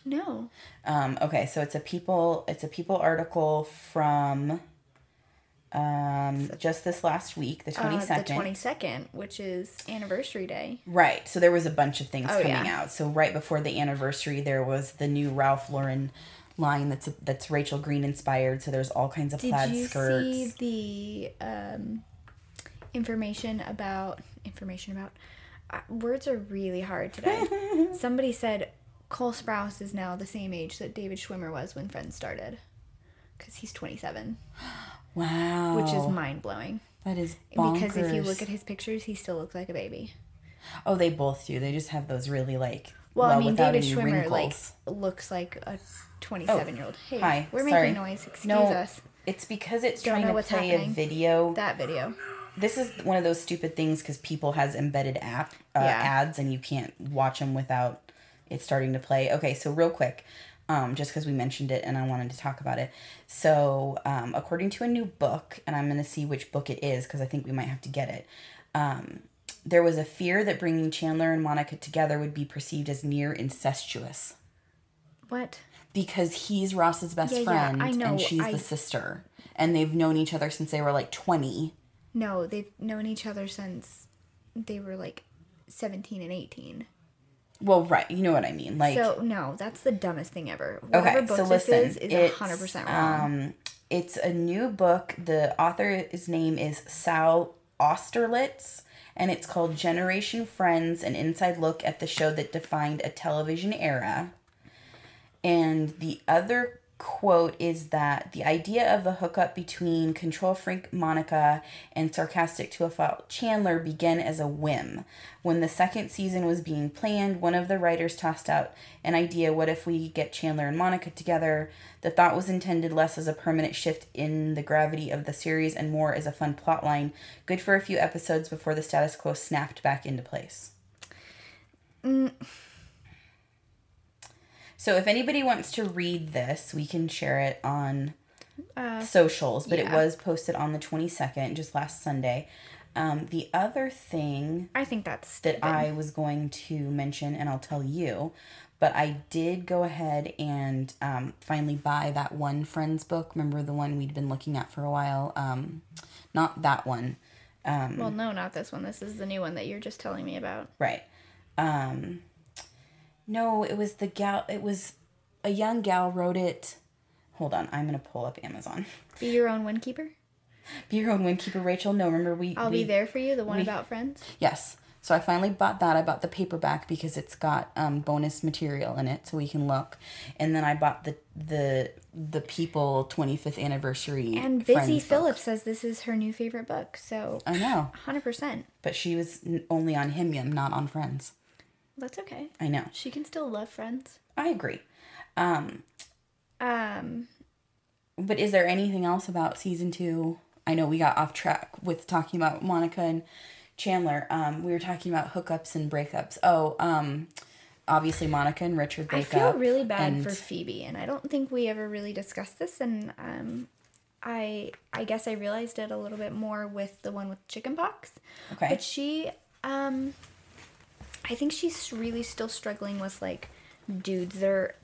Speaker 3: No,
Speaker 2: Um, okay, so it's a people it's a people article from um, just this last week, the
Speaker 3: Uh,
Speaker 2: twenty second.
Speaker 3: the 22nd, which is anniversary day.
Speaker 2: Right. So there was a bunch of things
Speaker 3: Oh,
Speaker 2: coming
Speaker 3: yeah.
Speaker 2: out. So right before the anniversary, there was the new Ralph Lauren line that's that's Rachel Green inspired. So there's all kinds of
Speaker 3: Did
Speaker 2: plaid
Speaker 3: you
Speaker 2: skirts.
Speaker 3: see the um, information about information about uh, words are really hard today.
Speaker 2: (laughs)
Speaker 3: Somebody said Cole Sprouse is now the same age that David Schwimmer was when Friends started. Because he's 27,
Speaker 2: wow.
Speaker 3: which is mind blowing.
Speaker 2: that is Oh. bonkers.
Speaker 3: Because if you look at his pictures, he still looks like a baby.
Speaker 2: oh, they both do. They just have those really like
Speaker 3: Well, I
Speaker 2: well,
Speaker 3: mean,
Speaker 2: without
Speaker 3: David
Speaker 2: any
Speaker 3: Schwimmer
Speaker 2: wrinkles. Oh,
Speaker 3: like looks like a 27 year old. Hey,
Speaker 2: Hi.
Speaker 3: we're
Speaker 2: sorry.
Speaker 3: making noise. Excuse
Speaker 2: no,
Speaker 3: us.
Speaker 2: It's because it's
Speaker 3: Don't
Speaker 2: trying
Speaker 3: know
Speaker 2: to
Speaker 3: what's
Speaker 2: play a
Speaker 3: happening.
Speaker 2: video.
Speaker 3: That video.
Speaker 2: this is one of those stupid things because people has embedded app uh,
Speaker 3: Yeah.
Speaker 2: ads and you can't watch them without it starting to play okay so real quick um, just because we mentioned it and i wanted to talk about it so um, according to a new book and i'm going to see which book it is because i think we might have to get it um, there was a fear that bringing chandler and monica together would be perceived as near incestuous
Speaker 3: What?
Speaker 2: because he's ross's best
Speaker 3: Yeah, yeah,
Speaker 2: friend
Speaker 3: I know,
Speaker 2: and she's
Speaker 3: I-
Speaker 2: the sister and they've known each other since they were like 20
Speaker 3: No, they've known each other since they were like 17 and 18.
Speaker 2: well right you know what i mean like
Speaker 3: so, no, that's the dumbest thing ever.
Speaker 2: Okay,
Speaker 3: Whatever book
Speaker 2: so
Speaker 3: this
Speaker 2: listen,
Speaker 3: is, is
Speaker 2: it's,
Speaker 3: 100% wrong.
Speaker 2: Um, it's a new book. The author's name is Sal Austerlitz, and it's called Generation Friends An Inside Look at the Show That Defined a Television Era. And the other quote is that the idea of a hookup between control freak Monica and sarcastic to a fault Chandler began as a whim. When the second season was being planned, one of the writers tossed out an idea what if we get Chandler and Monica together? The thought was intended less as a permanent shift in the gravity of the series and more as a fun plotline, good for a few episodes before the status quo snapped back into place. So if anybody wants to read this, we can share it on socials. But it
Speaker 3: yeah.
Speaker 2: was posted on the twenty second, just last Sunday. Um, the other thing
Speaker 3: I think that's
Speaker 2: that
Speaker 3: stupid.
Speaker 2: I was going to mention, and I'll tell you, but I did go ahead and um, finally buy that one friend's book. Remember the one we'd been looking at for a while? Um, not that one, um,
Speaker 3: well, no, not this one. This is the new one that you're just telling me about.
Speaker 2: right? Um, no, it was the gal. It was a young gal wrote it. Hold on, I'm gonna pull up Amazon. (laughs)
Speaker 3: Be your own windkeeper.
Speaker 2: Be your own windkeeper, Rachel. No, remember we.
Speaker 3: I'll
Speaker 2: we,
Speaker 3: be there for you. The one about friends.
Speaker 2: Yes. So I finally bought that. I bought the paperback because it's got um, bonus material in it, so we can look. And then I bought the the the People twenty fifth anniversary
Speaker 3: And Busy
Speaker 2: Friends book. Um,
Speaker 3: Phillips says this is her new favorite book. So,
Speaker 2: I know,
Speaker 3: 100%.
Speaker 2: but she was n- only on Himium, not on Friends.
Speaker 3: That's okay.
Speaker 2: I know.
Speaker 3: She can still love friends.
Speaker 2: I agree. Um,
Speaker 3: Um,
Speaker 2: but is there anything else about season two? I know we got off track with talking about Monica and Chandler. Um, we were talking about hookups and breakups. Oh, um, obviously Monica and Richard
Speaker 3: I
Speaker 2: break
Speaker 3: feel
Speaker 2: up
Speaker 3: really bad
Speaker 2: and-
Speaker 3: for Phoebe, and I don't think we ever really discussed this. And um, I I guess I realized it a little bit more with the one with chickenpox.
Speaker 2: Okay.
Speaker 3: But she, um, I think she's really still struggling with like dudes. They're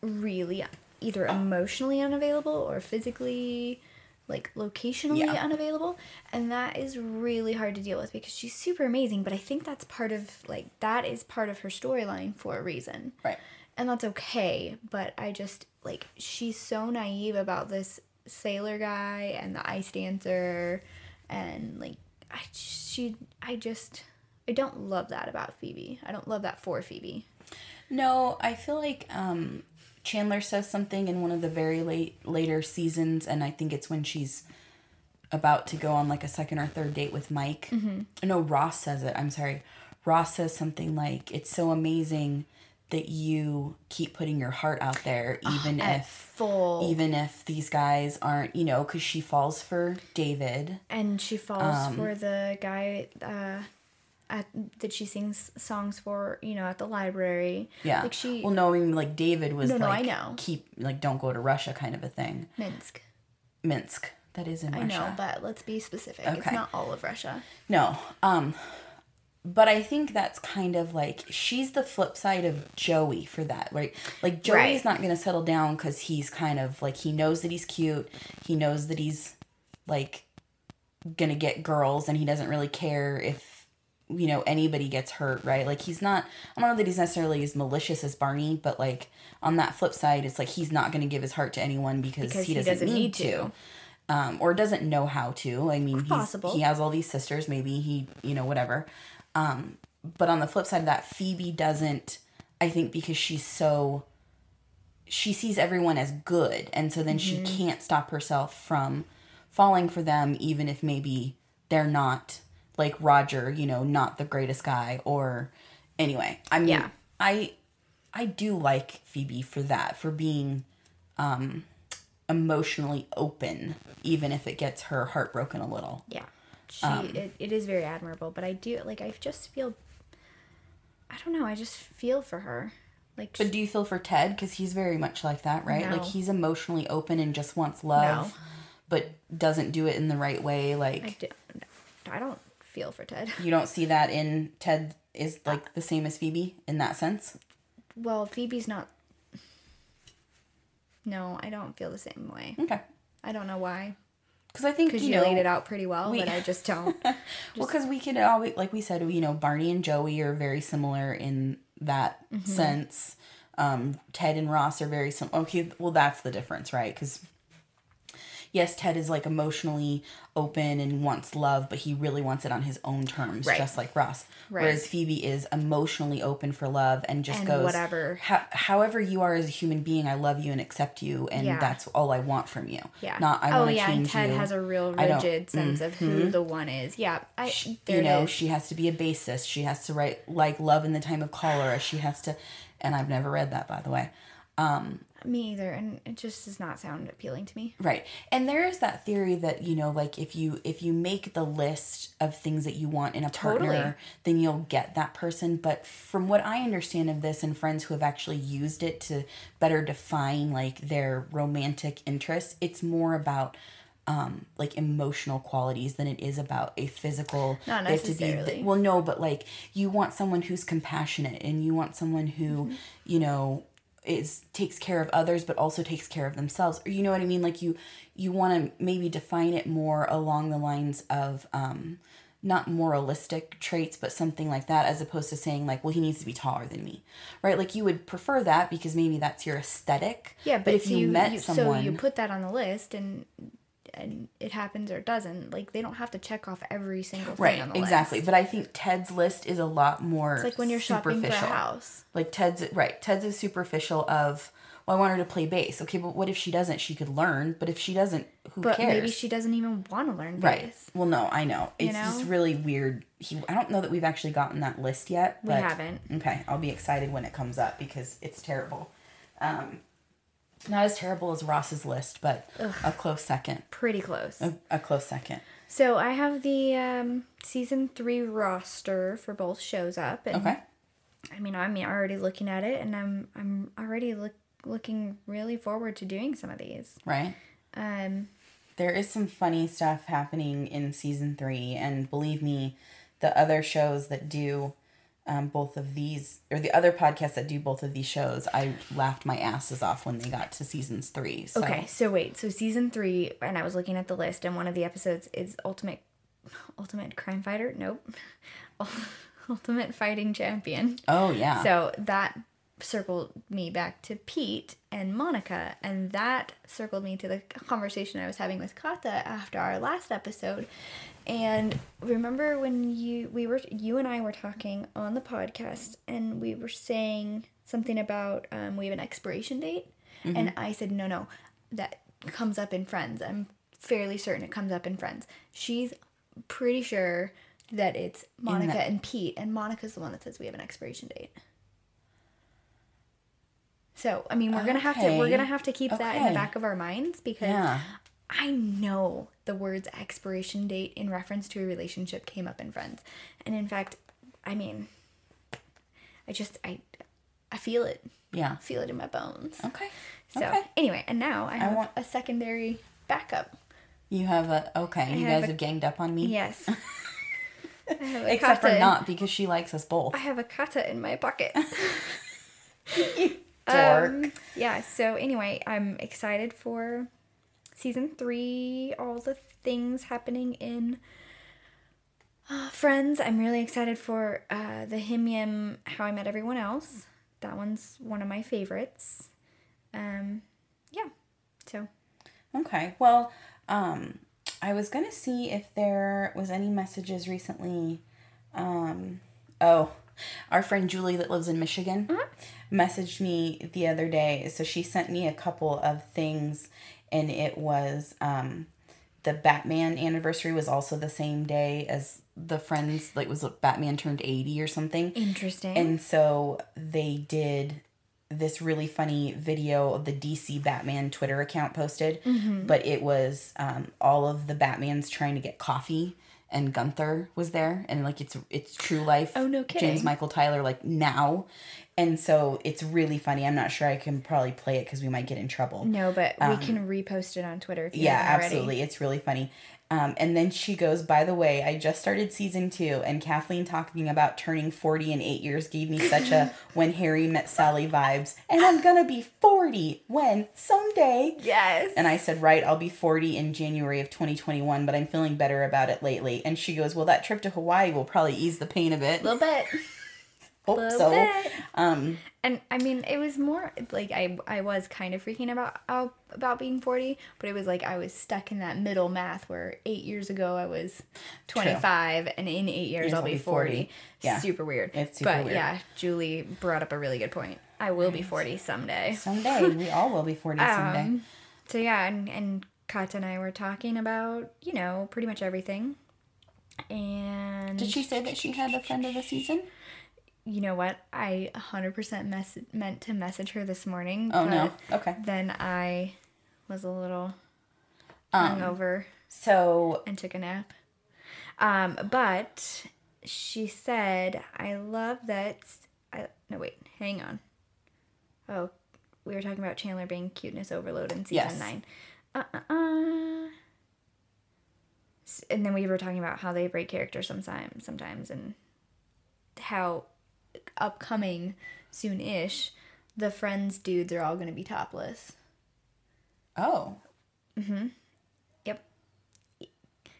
Speaker 3: really either emotionally unavailable or physically like locationally
Speaker 2: Yeah.
Speaker 3: unavailable and that is really hard to deal with because she's super amazing but i think that's part of like that is part of her storyline for a reason
Speaker 2: Right.
Speaker 3: and that's okay but i just like she's so naive about this sailor guy and the ice dancer and like i she i just i don't love that about phoebe i don't love that for phoebe
Speaker 2: No, I feel like um, Chandler says something in one of the very late later seasons, and I think it's when she's about to go on like a second or third date with Mike.
Speaker 3: Mm-hmm.
Speaker 2: No, Ross says it. I'm sorry. Ross says something like, "It's so amazing that you keep putting your heart out there, even if."
Speaker 3: Ah, full
Speaker 2: Even if these guys aren't, you know, because she falls for David.
Speaker 3: and she falls
Speaker 2: Um,
Speaker 3: for the guy uh at, that she sings songs for you know at the library
Speaker 2: Yeah.
Speaker 3: like she
Speaker 2: well, no, I mean, like David was
Speaker 3: No, no, I
Speaker 2: like,
Speaker 3: know.
Speaker 2: keep, like, don't go to Russia kind of a thing.
Speaker 3: minsk
Speaker 2: Minsk. That is in Russia.
Speaker 3: i know but let's be specific it's
Speaker 2: Okay.
Speaker 3: not all of russia
Speaker 2: No. Um but I think that's kind of like she's the flip side of Joey for that, right? Like Joey's
Speaker 3: Right.
Speaker 2: not going to settle down cuz he's kind of like he knows that he's cute, he knows that he's like gonna get girls and he doesn't really care if you know anybody gets hurt right like he's not i don't know that he's necessarily as malicious as barney but like on that flip side it's like he's not gonna give his heart to anyone because, he, doesn't need, to, Um, or doesn't know how to i mean he's,
Speaker 3: Possible.
Speaker 2: he has all these sisters maybe he you know whatever um, but on the flip side of that phoebe doesn't i think because she's so she sees everyone as good and so then
Speaker 3: Mm-hmm.
Speaker 2: she can't stop herself from falling for them even if maybe they're not like Roger, you know, not the greatest guy or anyway. I mean
Speaker 3: Yeah.
Speaker 2: I I do like Phoebe for that, for being um emotionally open even if it gets her heartbroken a little.
Speaker 3: Yeah. She,
Speaker 2: Um,
Speaker 3: it, it is very admirable, but I do, like, I just feel, I don't know, I just feel for her. Like,
Speaker 2: But do you feel for Ted cuz he's very much like that, right?
Speaker 3: No.
Speaker 2: Like he's emotionally open and just wants love.
Speaker 3: No.
Speaker 2: But doesn't do it in the right way, like
Speaker 3: I, do, I don't feel for Ted.
Speaker 2: You don't see that in Ted is like the same as Phoebe in that sense.
Speaker 3: Well, Phoebe's not. No, I don't feel the same way.
Speaker 2: Okay.
Speaker 3: I don't know why.
Speaker 2: Because I think
Speaker 3: Because
Speaker 2: you,
Speaker 3: you,
Speaker 2: know,
Speaker 3: laid it out pretty well,
Speaker 2: we-
Speaker 3: but I
Speaker 2: (laughs)
Speaker 3: just don't.
Speaker 2: Well, because we could always, like we said, you know, Barney and Joey are very similar in that
Speaker 3: Mm-hmm.
Speaker 2: sense. Um, Ted and Ross are very similar. Okay, well, that's the difference, right? Because yes, Ted is like emotionally open and wants love, but he really wants it on his own terms,
Speaker 3: Right.
Speaker 2: just like Ross.
Speaker 3: Right.
Speaker 2: Whereas Phoebe is emotionally open for love and just
Speaker 3: And
Speaker 2: goes
Speaker 3: whatever.
Speaker 2: How, however you are as a human being, I love you and accept you, and
Speaker 3: Yeah.
Speaker 2: that's all I want from you.
Speaker 3: Yeah.
Speaker 2: Not I
Speaker 3: oh
Speaker 2: want to
Speaker 3: yeah, and
Speaker 2: change
Speaker 3: Ted
Speaker 2: you.
Speaker 3: has a real
Speaker 2: I don't- mm-hmm.
Speaker 3: rigid sense of who the one is. Yeah, I there
Speaker 2: you
Speaker 3: it
Speaker 2: know
Speaker 3: is.
Speaker 2: she has to be a bassist she has to write like love in the time of cholera she has to and i've never read that by the way
Speaker 3: Me either, and it just does not sound appealing to me.
Speaker 2: right and there is that theory that you know like if you if you make the list of things that you want in a
Speaker 3: Totally.
Speaker 2: partner then you'll get that person but from what i understand of this and friends who have actually used it to better define like their romantic interests it's more about um, like emotional qualities than it is about a physical
Speaker 3: Not
Speaker 2: they have to be the-
Speaker 3: necessarily.
Speaker 2: well no but like you want someone who's compassionate and you want someone who
Speaker 3: Mm-hmm.
Speaker 2: you know is takes care of others but also takes care of themselves or you know what i mean like you you want to maybe define it more along the lines of um not moralistic traits but something like that as opposed to saying like well he needs to be taller than me right like you would prefer that because maybe that's your aesthetic
Speaker 3: Yeah, but,
Speaker 2: but if
Speaker 3: so
Speaker 2: you, met someone
Speaker 3: so you put that on the list, and and it happens or doesn't. Like they don't have to check off every single thing
Speaker 2: right
Speaker 3: on the
Speaker 2: exactly
Speaker 3: list.
Speaker 2: but i think ted's list is a lot more
Speaker 3: It's like when you're shopping for a
Speaker 2: superficial.
Speaker 3: house.
Speaker 2: Like Ted's right. Ted's is superficial of well, I want her to play bass. Okay, but what if she doesn't? She could learn. But if she doesn't, who
Speaker 3: But
Speaker 2: cares?
Speaker 3: maybe she doesn't even want to learn
Speaker 2: right.
Speaker 3: bass.
Speaker 2: Well, no, I know. It's
Speaker 3: know?
Speaker 2: just really weird. He, I don't know that we've actually gotten that list yet.
Speaker 3: We
Speaker 2: But,
Speaker 3: haven't.
Speaker 2: Okay, I'll be excited when it comes up because it's terrible. Um, not as terrible as Ross's list, but a close second.
Speaker 3: Pretty close.
Speaker 2: A close second.
Speaker 3: So I have the um, season three roster for both shows up, and
Speaker 2: Okay.
Speaker 3: I mean I'm already looking at it, and I'm I'm already look, looking really forward to doing some of these.
Speaker 2: Right.
Speaker 3: Um,
Speaker 2: there is some funny stuff happening in season three, and believe me, the other shows that do um, both of these, or the other podcasts that do both of these shows, I laughed my asses off when they got to seasons three. So.
Speaker 3: okay, so wait, so season three, and I was looking at the list, and one of the episodes is ultimate, ultimate crime fighter. Nope, (laughs) ultimate fighting champion.
Speaker 2: Oh yeah.
Speaker 3: So that circled me back to Pete and Monica, and that circled me to the conversation I was having with Kata after our last episode. And remember when you we were you and I were talking on the podcast, and we were saying something about um, we have an expiration date, and I said no no, that comes up in Friends. I'm fairly certain it comes up in Friends. She's pretty sure that it's Monica and Pete, and Monica's the one that says we have an expiration date. So I mean, we're gonna have to we're
Speaker 2: Okay.
Speaker 3: gonna have to keep that in the
Speaker 2: Okay.
Speaker 3: back of our minds because
Speaker 2: Yeah.
Speaker 3: I know the words expiration date in reference to a relationship came up in Friends, and in fact, I mean, I just I I feel it,
Speaker 2: yeah.
Speaker 3: I feel it in my bones.
Speaker 2: Okay.
Speaker 3: So
Speaker 2: Oh, okay.
Speaker 3: anyway, and now I have
Speaker 2: want-
Speaker 3: a secondary backup.
Speaker 2: You have a okay. You
Speaker 3: have
Speaker 2: guys
Speaker 3: a-
Speaker 2: have ganged up on me. (laughs)
Speaker 3: Yes. I have a
Speaker 2: Except for
Speaker 3: kata in-
Speaker 2: not because she likes us both.
Speaker 3: I have a kata in my pocket.
Speaker 2: Dork.
Speaker 3: Um, yeah, so anyway, I'm excited for season three, all the things happening in uh, Friends. I'm really excited for uh, the Him Yim How I Met Everyone Else. That one's one of my favorites. Um, yeah. So
Speaker 2: Okay. Well, um, I was gonna see if there was any messages recently. Um, oh, our friend Julie that lives in Michigan messaged me the other day. So she sent me a couple of things, and it was um, the Batman anniversary was also the same day as the Friends. Like was Batman turned eighty or something.
Speaker 3: interesting.
Speaker 2: And so they did this really funny video of the DC Batman Twitter account posted,
Speaker 3: Mm-hmm.
Speaker 2: but it was um, all of the Batmans trying to get coffee, and Gunther was there, and like it's it's true life.
Speaker 3: Oh, no
Speaker 2: James
Speaker 3: kidding.
Speaker 2: Michael Tyler like now, and so it's really funny. I'm not sure I can probably play it because we might get in trouble.
Speaker 3: no, but we can repost it on Twitter if you
Speaker 2: um, Yeah,
Speaker 3: haven't already.
Speaker 2: absolutely. It's really funny. Um, and then she goes, By the way, I just started season two, and Kathleen talking about turning 40 in eight years gave me such a
Speaker 3: (laughs)
Speaker 2: when Harry met Sally vibes. And I'm going to be 40 when someday.
Speaker 3: Yes.
Speaker 2: And I said, Right, I'll be 40 in January of 2021, but I'm feeling better about it lately. And she goes, Well, that trip to Hawaii will probably ease the pain a bit.
Speaker 3: a little bit.
Speaker 2: Hope
Speaker 3: little
Speaker 2: so.
Speaker 3: bit.
Speaker 2: Um,
Speaker 3: And I mean, it was more like I I was kind of freaking about out about being forty, but it was like I was stuck in that middle math where eight years ago I was twenty five, and in eight years I'll be forty.
Speaker 2: Yeah.
Speaker 3: super weird.
Speaker 2: It's super
Speaker 3: but
Speaker 2: weird.
Speaker 3: yeah, Julie brought up a really good point. I will be forty someday.
Speaker 2: someday, we all will be
Speaker 3: (laughs)
Speaker 2: 40 someday.
Speaker 3: Um, so yeah, and and Katya and I were talking about you know pretty much everything. And
Speaker 2: Did she say that she had a friend of the season?
Speaker 3: you know what? I 100% mes- meant to message her this morning.
Speaker 2: Oh, no.
Speaker 3: but
Speaker 2: Okay.
Speaker 3: Then I was a little hungover
Speaker 2: So
Speaker 3: and took a nap. Um, but she said, I love that. s- I, no, wait, hang on. Oh, we were talking about Chandler being cuteness overload in season
Speaker 2: Yes.
Speaker 3: nine. Uh, uh, uh. S- And then we were talking about how they break character sometimes, sometimes, and how upcoming soon-ish, the Friends dudes are all going to be topless.
Speaker 2: Oh,
Speaker 3: Yep.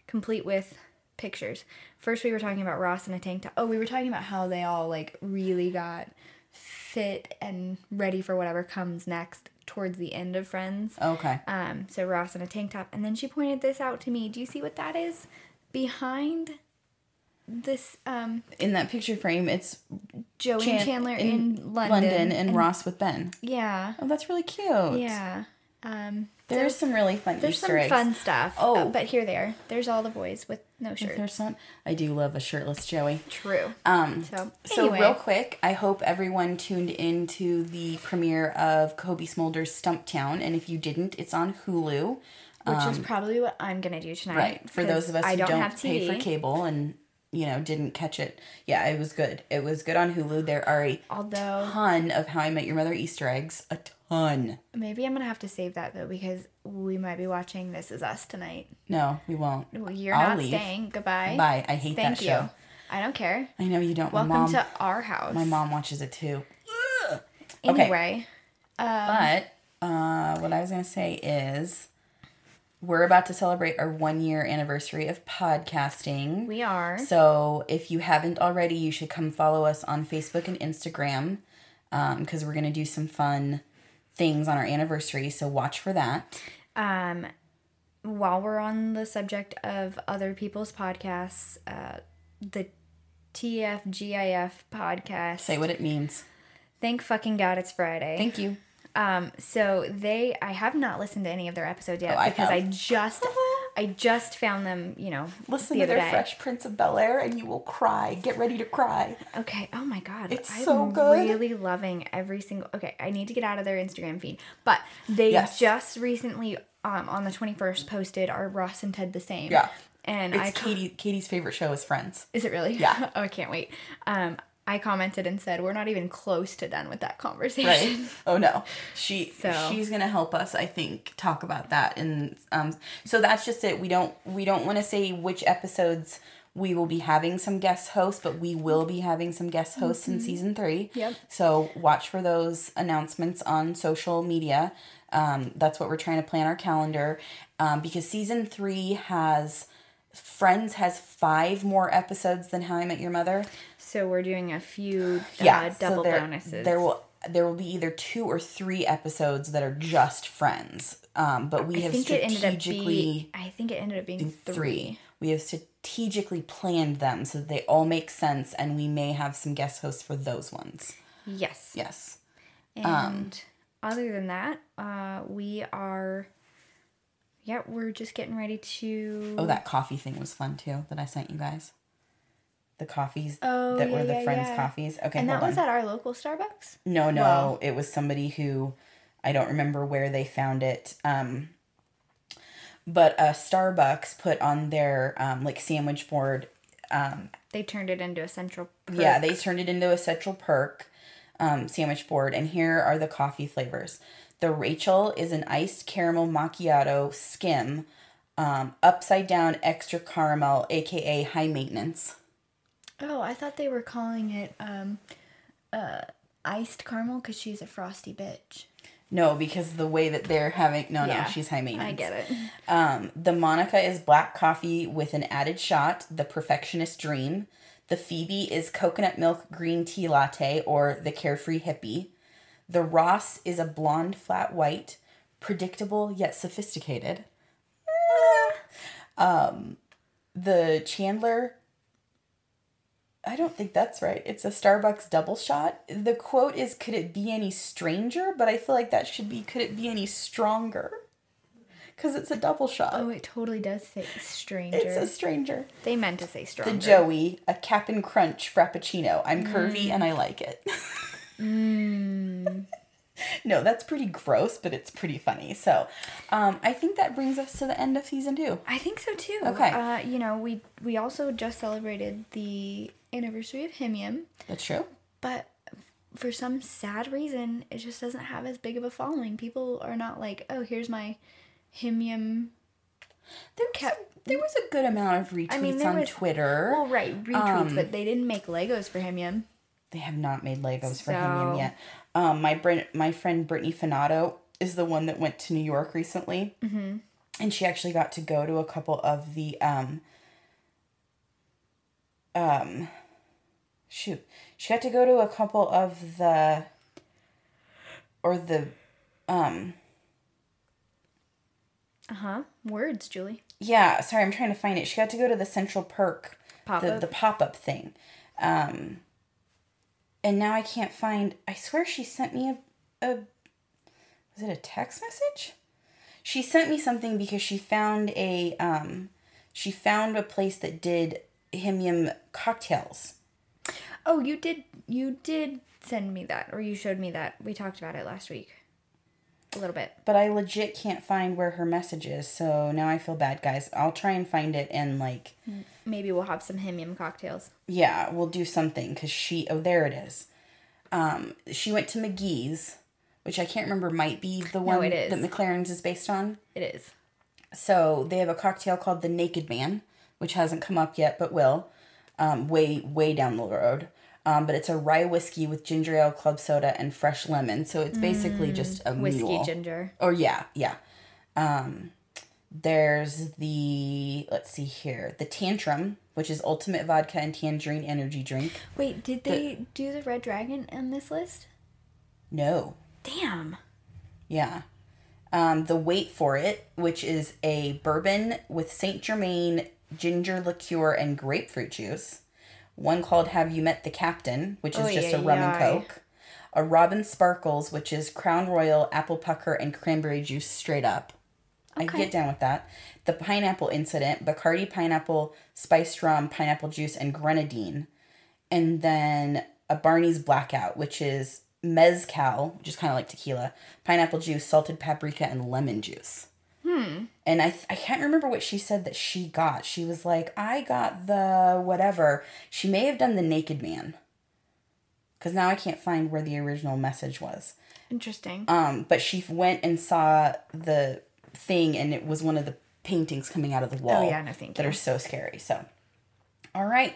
Speaker 3: Complete with pictures. First, we were talking about Ross in a tank top. Oh, we were talking about how they all like really got fit and ready for whatever comes next towards the end of Friends.
Speaker 2: okay.
Speaker 3: Um, so Ross in a tank top, and then she pointed this out to me. Do you see what that is behind this? Um,
Speaker 2: In that picture frame, it's
Speaker 3: Joey
Speaker 2: Chan-
Speaker 3: and Chandler in, London.
Speaker 2: London and, Ross with Ben.
Speaker 3: yeah,
Speaker 2: Oh, that's really cute.
Speaker 3: yeah. Um,
Speaker 2: There's some really fun
Speaker 3: there's
Speaker 2: Easter
Speaker 3: some
Speaker 2: eggs.
Speaker 3: fun stuff.
Speaker 2: Oh.
Speaker 3: Uh, but here they are. There's all the boys with no shirt.
Speaker 2: There's some. I do love a shirtless Joey.
Speaker 3: True.
Speaker 2: Um,
Speaker 3: So,
Speaker 2: so
Speaker 3: anyway.
Speaker 2: real quick, I hope everyone tuned into the premiere of Kobe Smulders Stumptown, and if you didn't, it's on Hulu.
Speaker 3: which is probably what I'm gonna do tonight.
Speaker 2: um, Right. For those
Speaker 3: 'cause
Speaker 2: of us
Speaker 3: I
Speaker 2: who
Speaker 3: don't,
Speaker 2: don't,
Speaker 3: have TV.
Speaker 2: pay for cable and you know didn't catch it, yeah, it was good. It was good on Hulu. There are a
Speaker 3: Although
Speaker 2: ton of How I Met Your Mother Easter eggs. A ton.
Speaker 3: maybe I'm gonna have to save that though because we might be watching This Is Us tonight.
Speaker 2: No, we won't.
Speaker 3: Well, You're
Speaker 2: I'll
Speaker 3: not
Speaker 2: leave.
Speaker 3: staying. Goodbye.
Speaker 2: Bye. I hate
Speaker 3: Thank
Speaker 2: that
Speaker 3: you.
Speaker 2: show.
Speaker 3: I don't care.
Speaker 2: I know you don't.
Speaker 3: Welcome
Speaker 2: my mom,
Speaker 3: to our house.
Speaker 2: my mom watches it too. okay.
Speaker 3: Anyway, Um,
Speaker 2: But uh, what I was gonna say is, we're about to celebrate our one year anniversary of podcasting.
Speaker 3: we are.
Speaker 2: So if you haven't already, you should come follow us on Facebook and Instagram because we're gonna do some fun things on our anniversary. So watch for that.
Speaker 3: Um, while we're on the subject of other people's podcasts, uh, the TFGIF podcast.
Speaker 2: Say what it means.
Speaker 3: Thank fucking God it's Friday.
Speaker 2: Thank you.
Speaker 3: Um, so they, I have not listened to any of their episodes yet
Speaker 2: Oh, I
Speaker 3: because
Speaker 2: have.
Speaker 3: I
Speaker 2: (laughs)
Speaker 3: just, I just found them. You know,
Speaker 2: Listen
Speaker 3: the
Speaker 2: to
Speaker 3: other
Speaker 2: their
Speaker 3: day.
Speaker 2: Fresh Prince of Bel Air, and you will cry. Get ready to cry.
Speaker 3: Okay. Oh my God,
Speaker 2: It's
Speaker 3: I'm
Speaker 2: so good.
Speaker 3: Really loving every single. Okay, I need to get out of their Instagram feed, but they
Speaker 2: Yes.
Speaker 3: just recently, um, on the twenty first, posted "Are Ross and Ted the same?"
Speaker 2: Yeah.
Speaker 3: and
Speaker 2: It's
Speaker 3: I
Speaker 2: Katie. Katie's favorite show is Friends.
Speaker 3: Is it really?
Speaker 2: Yeah.
Speaker 3: (laughs) oh, I can't wait. Um, I commented and said, "We're not even close to done with that conversation."
Speaker 2: Right? (laughs) oh no, she
Speaker 3: So.
Speaker 2: she's gonna help us. I think talk about that, and um, so that's just it. We don't we don't want to say which episodes we will be having some guest hosts, but we will be having some guest hosts in season three.
Speaker 3: Mm-hmm. Yep.
Speaker 2: So watch for those announcements on social media. Um, that's what we're trying to plan our calendar um, because season three has Friends has five more episodes than How I Met Your Mother.
Speaker 3: (laughs) So we're doing a few uh,
Speaker 2: so
Speaker 3: double
Speaker 2: there,
Speaker 3: bonuses.
Speaker 2: There will there will be either two or three episodes that are just Friends. Um, but we
Speaker 3: I
Speaker 2: have
Speaker 3: think it ended up being.
Speaker 2: strategically
Speaker 3: I think it ended up being three.
Speaker 2: three. We have strategically planned them so that they all make sense, and we may have some guest hosts for those ones.
Speaker 3: Yes.
Speaker 2: Yes.
Speaker 3: And
Speaker 2: Um,
Speaker 3: other than that, uh, we are. Yeah, we're just getting ready to.
Speaker 2: Oh, that coffee thing was fun too that I sent you guys. The coffees
Speaker 3: Oh,
Speaker 2: that
Speaker 3: yeah,
Speaker 2: were the
Speaker 3: yeah,
Speaker 2: friends'
Speaker 3: yeah.
Speaker 2: coffees. Okay,
Speaker 3: and
Speaker 2: hold
Speaker 3: that was
Speaker 2: on.
Speaker 3: at our local Starbucks.
Speaker 2: no, no,
Speaker 3: Wow.
Speaker 2: it was somebody who I don't remember where they found it. Um, but uh, Starbucks put on their um, like sandwich board. Um,
Speaker 3: They turned it into a central. perk.
Speaker 2: yeah, they turned it into a central perk um, sandwich board, and here are the coffee flavors. The Rachel is an iced caramel macchiato skim, um, upside down extra caramel, aka high maintenance.
Speaker 3: Oh, I thought they were calling it um, uh, iced caramel because she's a frosty bitch.
Speaker 2: No, because the way that they're having no,
Speaker 3: Yeah,
Speaker 2: no, she's high maintenance.
Speaker 3: I get it.
Speaker 2: Um, the Monica is black coffee with an added shot. The perfectionist dream. The Phoebe is coconut milk green tea latte or the carefree hippie. The Ross is a blonde flat white, predictable yet sophisticated. Ah. Um, the Chandler. I don't think that's right. It's a Starbucks double shot. The quote is, "Could it be any stranger?" But I feel like that should be, "Could it be any stronger?" Because it's a double shot.
Speaker 3: Oh, it totally does say stranger.
Speaker 2: It's a stranger.
Speaker 3: They meant to say
Speaker 2: The
Speaker 3: stronger.
Speaker 2: Joey, a Cap'n Crunch Frappuccino. I'm
Speaker 3: Mm.
Speaker 2: curvy and I like it. (laughs) no, that's pretty gross, but it's pretty funny. So um, I think that brings us to the end of season two.
Speaker 3: I think so too.
Speaker 2: Okay.
Speaker 3: Uh, you know, we we also just celebrated the anniversary of Himium,
Speaker 2: That's true.
Speaker 3: but for some sad reason, it just doesn't have as big of a following. People are not like, oh, here's my Himium.
Speaker 2: There was, a, there was a good amount of retweets
Speaker 3: I mean, there
Speaker 2: on
Speaker 3: was-
Speaker 2: Twitter.
Speaker 3: Well, right, retweets, but they didn't make Legos for Himium.
Speaker 2: they have not made Legos for
Speaker 3: So-
Speaker 2: him yet. Um, my Brit- my friend Brittany Finato is the one that went to New York recently, mm-hmm. and she actually got to go to a couple of the um, um, shoot, she got to go to a couple of the or the um
Speaker 3: Uh huh. Words, Julie.
Speaker 2: yeah sorry i'm trying to find it she got to go to the central perk the,
Speaker 3: Pop-up.
Speaker 2: the pop-up thing um and now i can't find i swear she sent me a, a was it a text message she sent me something because she found a um she found a place that did himium cocktails
Speaker 3: Oh, you did. You did send me that, or you showed me that. We talked about it last week, a little bit.
Speaker 2: but i legit can't find where her message is so now i feel bad guys i'll try and find it and like
Speaker 3: Maybe we'll have some Himium cocktails.
Speaker 2: Yeah, we'll do something because she. Oh, there it is. Um, she went to McGee's, which I can't remember. Might be the one
Speaker 3: it is.
Speaker 2: that McLaren's is based on.
Speaker 3: It is.
Speaker 2: So they have a cocktail called the Naked Man, which hasn't come up yet, but will. Um, way way down the road. Um, but it's a rye whiskey with ginger ale, club soda, and fresh lemon. So it's basically just a
Speaker 3: Mm, Whiskey
Speaker 2: mule.
Speaker 3: ginger.
Speaker 2: Or yeah, yeah. Um, there's the let's see here the Tantrum, which is ultimate vodka and tangerine energy drink.
Speaker 3: Wait, did they do the Red Dragon on this list?
Speaker 2: No.
Speaker 3: Damn.
Speaker 2: Yeah. Um, the Wait For It, which is a bourbon with Saint Germain ginger liqueur and grapefruit juice. One called Have You Met the Captain, which is
Speaker 3: Oy,
Speaker 2: just a rum and
Speaker 3: oy, oy.
Speaker 2: coke. A Robin Sparkles, which is Crown Royal, apple pucker, and cranberry juice straight up. I can
Speaker 3: Okay.
Speaker 2: get down with that. The Pineapple Incident, Bacardi Pineapple, Spiced Rum, Pineapple Juice, and Grenadine. and then a Barney's Blackout, which is mezcal, which is kind of like tequila, pineapple juice, salted paprika, and lemon juice. Hmm. And I, th- I can't remember what she said that she got. She was like, I got the whatever. She may have done the Naked Man. Because now I can't find where the original message was.
Speaker 3: Interesting.
Speaker 2: Um, but she went and saw the thing, and it was one of the paintings coming out of the wall.
Speaker 3: Oh, yeah, no, thank
Speaker 2: That
Speaker 3: you.
Speaker 2: are so scary. So, all right.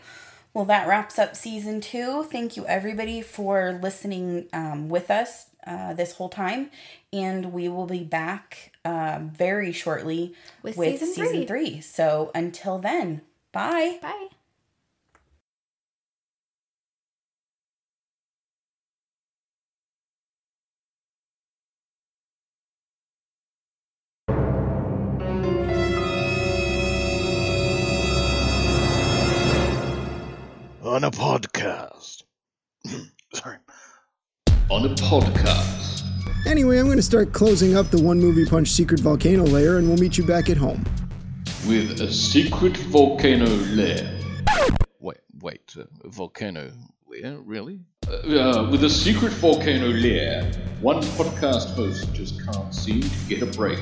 Speaker 2: Well, that wraps up season two. Thank you, everybody, for listening um, with us uh, this whole time, and we will be back uh, very shortly
Speaker 3: With season three.
Speaker 2: three. So until then, bye.
Speaker 3: Bye.
Speaker 4: On a podcast. Sorry. On a podcast.
Speaker 5: Anyway, I'm going to start closing up the one movie punch secret volcano layer, and we'll meet you back at home.
Speaker 4: With a secret volcano lair. Wait, wait. Uh, volcano lair? Really? Uh, uh, with a secret volcano lair, one podcast host just can't seem to get a break.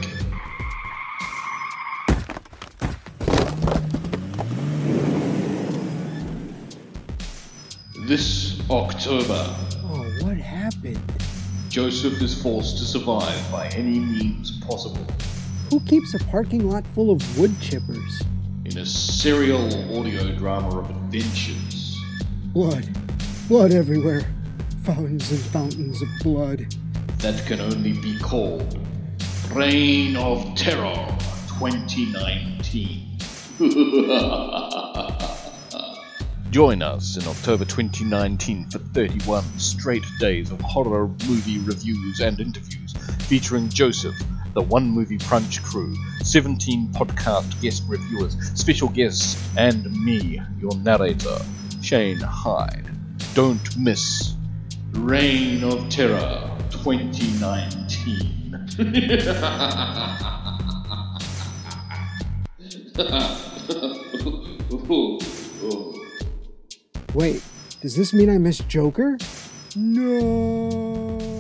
Speaker 4: This October,
Speaker 5: Oh, what happened?
Speaker 4: Joseph is forced to survive by any means possible
Speaker 5: Who keeps a parking lot full of wood chippers?
Speaker 4: in a serial audio drama of adventures.
Speaker 5: Blood. Blood everywhere. Fountains and fountains of blood.
Speaker 4: that can only be called Reign of Terror (laughs) 2019. Join us in October 2019 for 31 straight days of horror movie reviews and interviews featuring Joseph, the One Movie Crunch crew, 17 podcast guest reviewers, special guests, and me, your narrator, Shane Hyde. Don't miss Reign of Terror (laughs) 2019.
Speaker 5: Wait, does this mean I missed Joker? No.